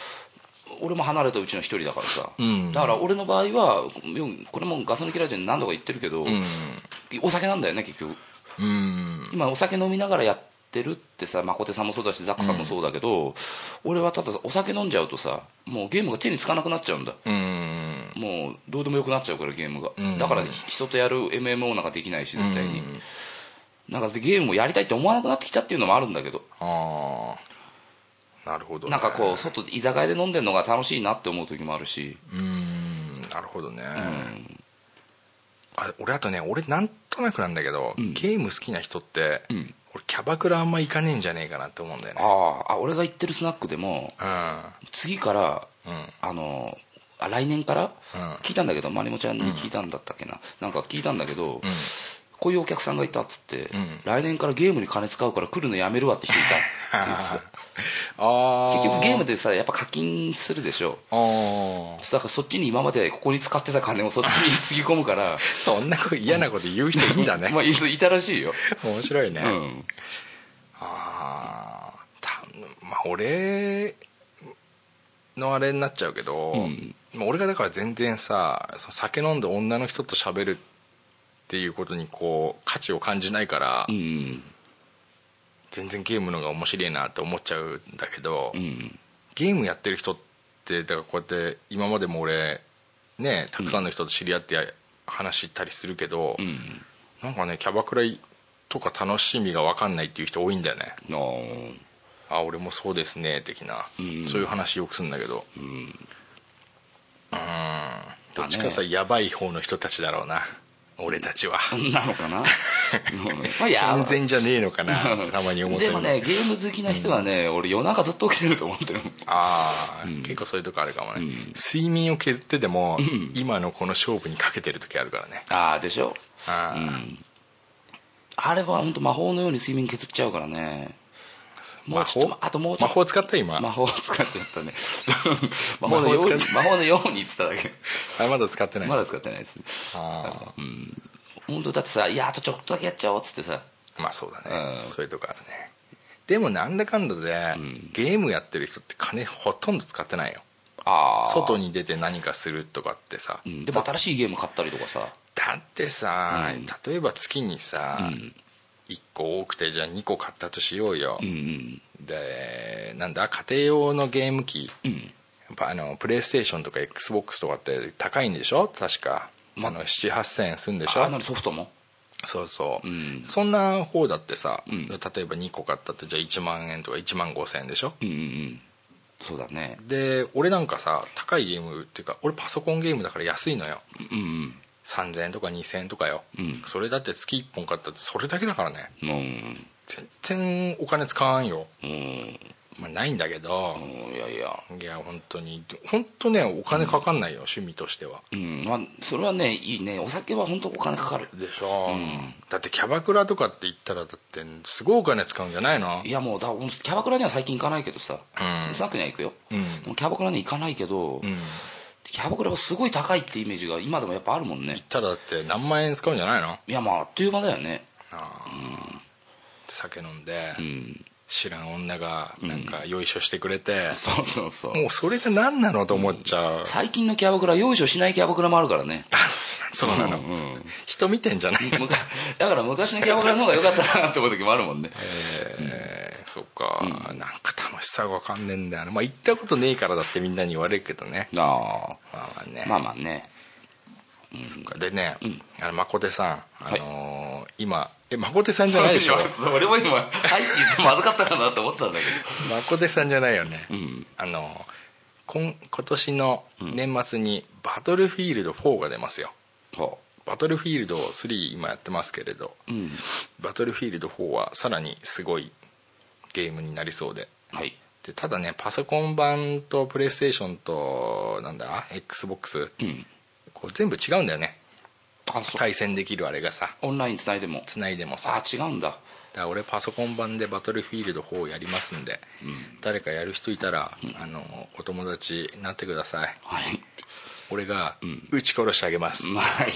俺も離れたうちの一人だからさ、
うん
だから俺の場合はよこれもガス抜きラジオに何度か言ってるけど、
うん
お酒なんだよね結局
うん
今お酒飲みながらやってるってさまこてさんもそうだしザックさんもそうだけど、俺はただお酒飲んじゃうとさもうゲームが手につかなくなっちゃうんだ
うん
もうどうでもよくなっちゃうからゲームが、
うん
だから人とやる MMO なんかできないし絶対に、
うん
なんかゲームをやりたいって思わなくなってきたっていうのもあるんだけど
ああなるほど、ね、
なんかこう外で居酒屋で飲んでるのが楽しいなって思う時もあるし
ううんなるほどね、
うん
あ俺あとね俺なんとなくなんだけど、
うん
ゲーム好きな人って、
うん
俺キャバクラあんま行かねえんじゃねえかなって思うんだよ
あ
ね
ああ俺が行ってるスナックでも
う
次から
んうん
あのあ来年から
うん
聞いたんだけどまりもちゃんに聞いたんだったっけな、なんか聞いたんだけど、
うん
こういうお客さんがいたっつって、
うん
来年からゲームに金使うから来るのやめるわって人いたって言ってた
あ
結局ゲーム
で
でさやっぱ課金するでしょ
あー
だからそっちに今までここに使ってた金をそっちにつぎ込むから
そんなこと嫌なこと言う人いるん だ ね、
まあいいたらしいよ、
面白いうね、
ん、
ああたまあ俺のあれになっちゃうけど、
うん
まあ俺がだから全然さその酒飲んで女の人と喋るっていうことにこう価値を感じないから、
うん
全然ゲームの方が面白いなって思っちゃうんだけど、
うん
ゲームやってる人ってだからこうやって今までも俺ねたくさんの人と知り合ってや話したりするけど、
うん
なんかねキャバクラとか楽しみが分かんないっていう人多いんだよね
あー
あ俺もそうですね的な、
うん
そういう話よくするんだけど
うん
どっちかさ、やばい方の人たちだろうな俺たちは
なのか なうんまあや
完全じゃねえのかなってたまに思った
で
り
もねゲーム好きな人はね、俺夜中ずっと起きてると思ってる
ああ、
うん
結構そういうとこあるかもね、
うん
睡眠を削ってでも、
ん
今のこの勝負にかけてる時あるからね
ああでしょ
あ
う
ー
んあれは本当魔法のように睡眠削っちゃうからねも
魔
うちょっと
法
あともうちょ
魔
っと
法使った今、
魔法を使っちゃった ね魔法のように
魔法使っ
魔法のように言ってただけ
あれまだ使ってない、
まだ使ってないです
あ
本当だってさ「いやあとちょっとだけやっちゃおう」っつってさ
ーまあそうだね、
うん
そういうとこあるねでもなんだかんだで、ゲームやってる人って金ほとんど使ってないよ
あ
外
に、
に出て何かするとかってさ、
うん、でも新しいゲーム買ったりとかさ
だってさ、
うん
例えば月に
う
さ、
ん
1個多くてじゃあ2個買ったとしようよ、
うんうん
でなんだ家庭用のゲーム機
うん
やっぱあのプレイステーションとか XBOX とかって高いんでしょ確か、
ま
あの78000円するんでし
あな
ょ
にソフトも
そうそう、
うん
そんな方だってさ、
うん
例えば2個買ったってじゃあ1万円とか1万5000円でしょ
うんうんうんそうだね
で俺なんかさ高いゲームっていうか俺パソコンゲームだから安いのよ
うんうん
3000円とか2000円とかよ、
うん
それだって月1本買ったってそれだけだからね
うん
全然お金使わんよ、
うん
まあ、ないんだけど、
うんいやいや
いや本当に本当ねお金かかんないよ、趣味としては
うんまあそれはねいいねお酒は本当お金かかる
でしょ、
うん
だってキャバクラとかって言ったらだってすごいお金使うんじゃないの
いやもうだキャバクラには最近行かないけどさ、
うん
スナックには行くよ、
うん
でもキャバクラには行かないけど、
うん
キャバクラはすごい高いってイメージが今でもやっぱあるもんね
ただだって何万円使うんじゃないの
いやまああっという間だよね
あー酒飲んで、
うん
知らん女がなんかよいしょしてくれて、
そうそうそう
もうそれが何なのと思っちゃう、
最近のキャバクラ用意しないキャバクラもあるからね
そうなの、
んうん
人見てんじゃない、
むかだから昔のキャバクラの方が良かったなって思う時もあるもんね
えーそっか、なんか楽しさが分かんねえんだよなまあ行ったことねえからだってみんなに言われるけどね
あ
まあまあね
あまあまあね
そっかでね、
ん
あのまこてさん、あのー今えまこてさんじゃないでしょ
俺も今「はい」って言ってまずかったかなと思ったんだけ
まこてさんじゃないよね、
どうん
あの今今年の年末にバトルフィールド4が出ますよ、
ほ
バトルフィールド3今やってますけれど
ううん
バトルフィールド4はさらにすごいゲームになりそうで
はい
でただねパソコン版とプレイステーションとなんだ XBOX
うん
こう全部違うんだよね
あそう
対戦できるあれがさ
オンライン繋いでも
つないでもさ
あ違うんだ
だから俺パソコン版でバトルフィールド4をやりますんで、誰かやる人いたら、あのお友達になってください
はい
俺が
ん
撃ち殺してあげます、
まあはい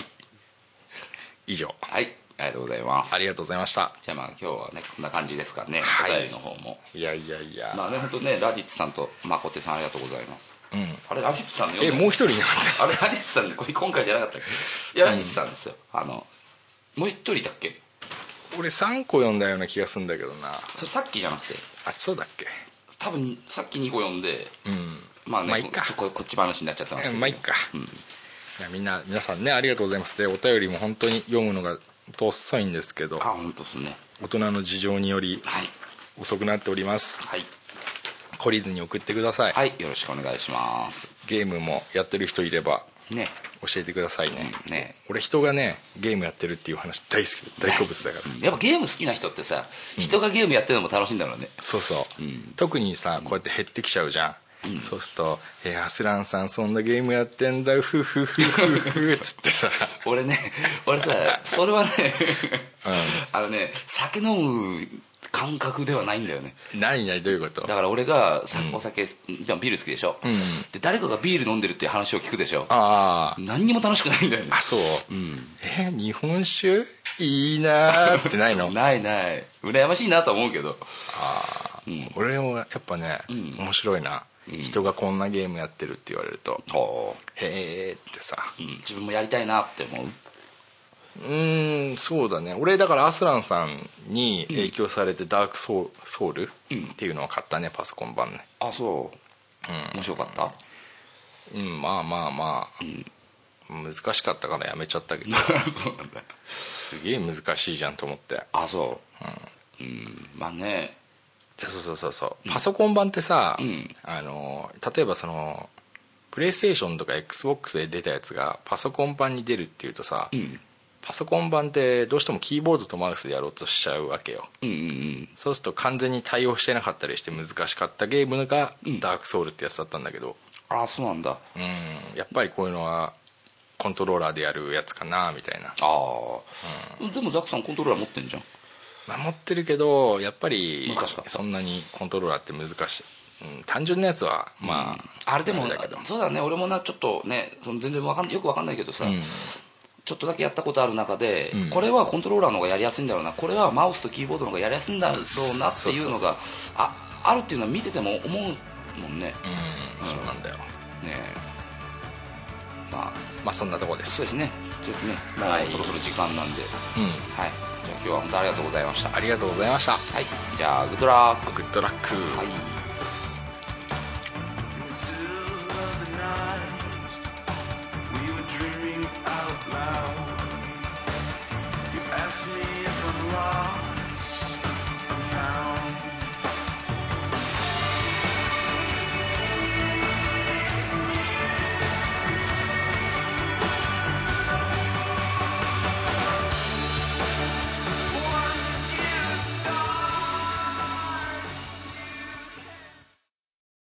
以上
はいありがとうございます
ありがとうございました
じゃあまあ今日はねこんな感じですかね、
はい
お便りの方も
いやいやいや、
まあね本当ねラディッツさんとマコテさんありがとうございます
うん
あれラディッツさんの
えも
う
う一人いなかった
あれラディッツさんこれ今回じゃなかったっけいやラディッツさんですよあのもう一人だっけ
俺3個読んだような気がするんだけどな
それさっきじゃなくて
あそうだっけ
多分さっき2個読んで
うん
まあね、
まあいっか
こここっち話になっちゃったんですけど
まあいっか、
うん
いやみんな皆さんねありがとうございますでお便りも本当に読むのがとっさいんですけど
あ本当っすね
大人の事情により
はい
遅くなっております
はい、
懲りずに送ってください、
はい、よろしくお願いします
ゲームもやってる人いれば
ね
教えてくださいね,、
うんね
俺人がねゲームやってるっていう話大好き大好物 だから、
やっぱゲーム好きな人ってさ人がゲームやってるのも楽しいんだろうね
そうそう、
うん
特にさこうやって減ってきちゃうじゃん、そうすると「えー、アスランさんそんなゲームやってんだふふふふふ」っつってさ
俺ね 俺さそれはね、
うん
あのね酒飲む感覚ではないんだよね
何何どういうこと
だから俺がさお酒、今ビール好きでしょ、
うん
で誰かがビール飲んでるっていう話を聞くでしょ
あ
何にも楽しくないんだよね
ああそう、
うん
えー日本酒いいなーってない の
ないない羨ましいなとは思うけどうん
俺もやっぱね、
うん
面白いな、
うん
人がこんなゲームやってるって言われると
ほ
「へえ」ってさ
う、うん、自分もやりたいなって思う
うーんそうだね俺だからアスランさんに影響されて「ダークソウルソウル」
うん
っていうのを買ったねパソコン版ね
あそう
うん
面白かった
うんまあまあまあ、難しかったからやめちゃったけど
そうなんだ
すげえ難しいじゃんと思って
あそううん、まあね
そうそうそうそうパソコン版ってさ、
うん
あの例えばそのプレイステーションとか XBOX で出たやつがパソコン版に出るっていうとさ、
うん
パソコン版ってどうしてもキーボードとマウスでやろうとしちゃうわけよ
うんうん
そうすると完全に対応してなかったりして難しかったゲームが
うん
ダークソウルってやつだったんだけど
うんあそうなんだ
うんやっぱりこういうのはコントローラーでやるやつかなみたいな
ああ、でもザクさんコントローラー持ってんじゃん
守ってるけどやっぱり
難しかった
そんなにコントローラーって難しい、うん、単純なやつはまあ、
あれでも
だけど
そうだね俺もなちょっとねその全然わかんよくわかんないけどさ、
うん
ちょっとだけやったことある中で、
うん
これはコントローラーの方がやりやすいんだろうなこれはマウスとキーボードの方がやりやすいんだろうなっていうの
そうそうそう
がああるっていうのは見てても思うもんね
うんそうなんだよ
ねまあ
まあそんなとこです
そうですねちょっとねも
は
う
い
そろそろ時間なんで、
うん
はい、じゃあ今日は本当ありがとうございました
ありがとうございました
はいじゃあグッドラック
グッドラック
はい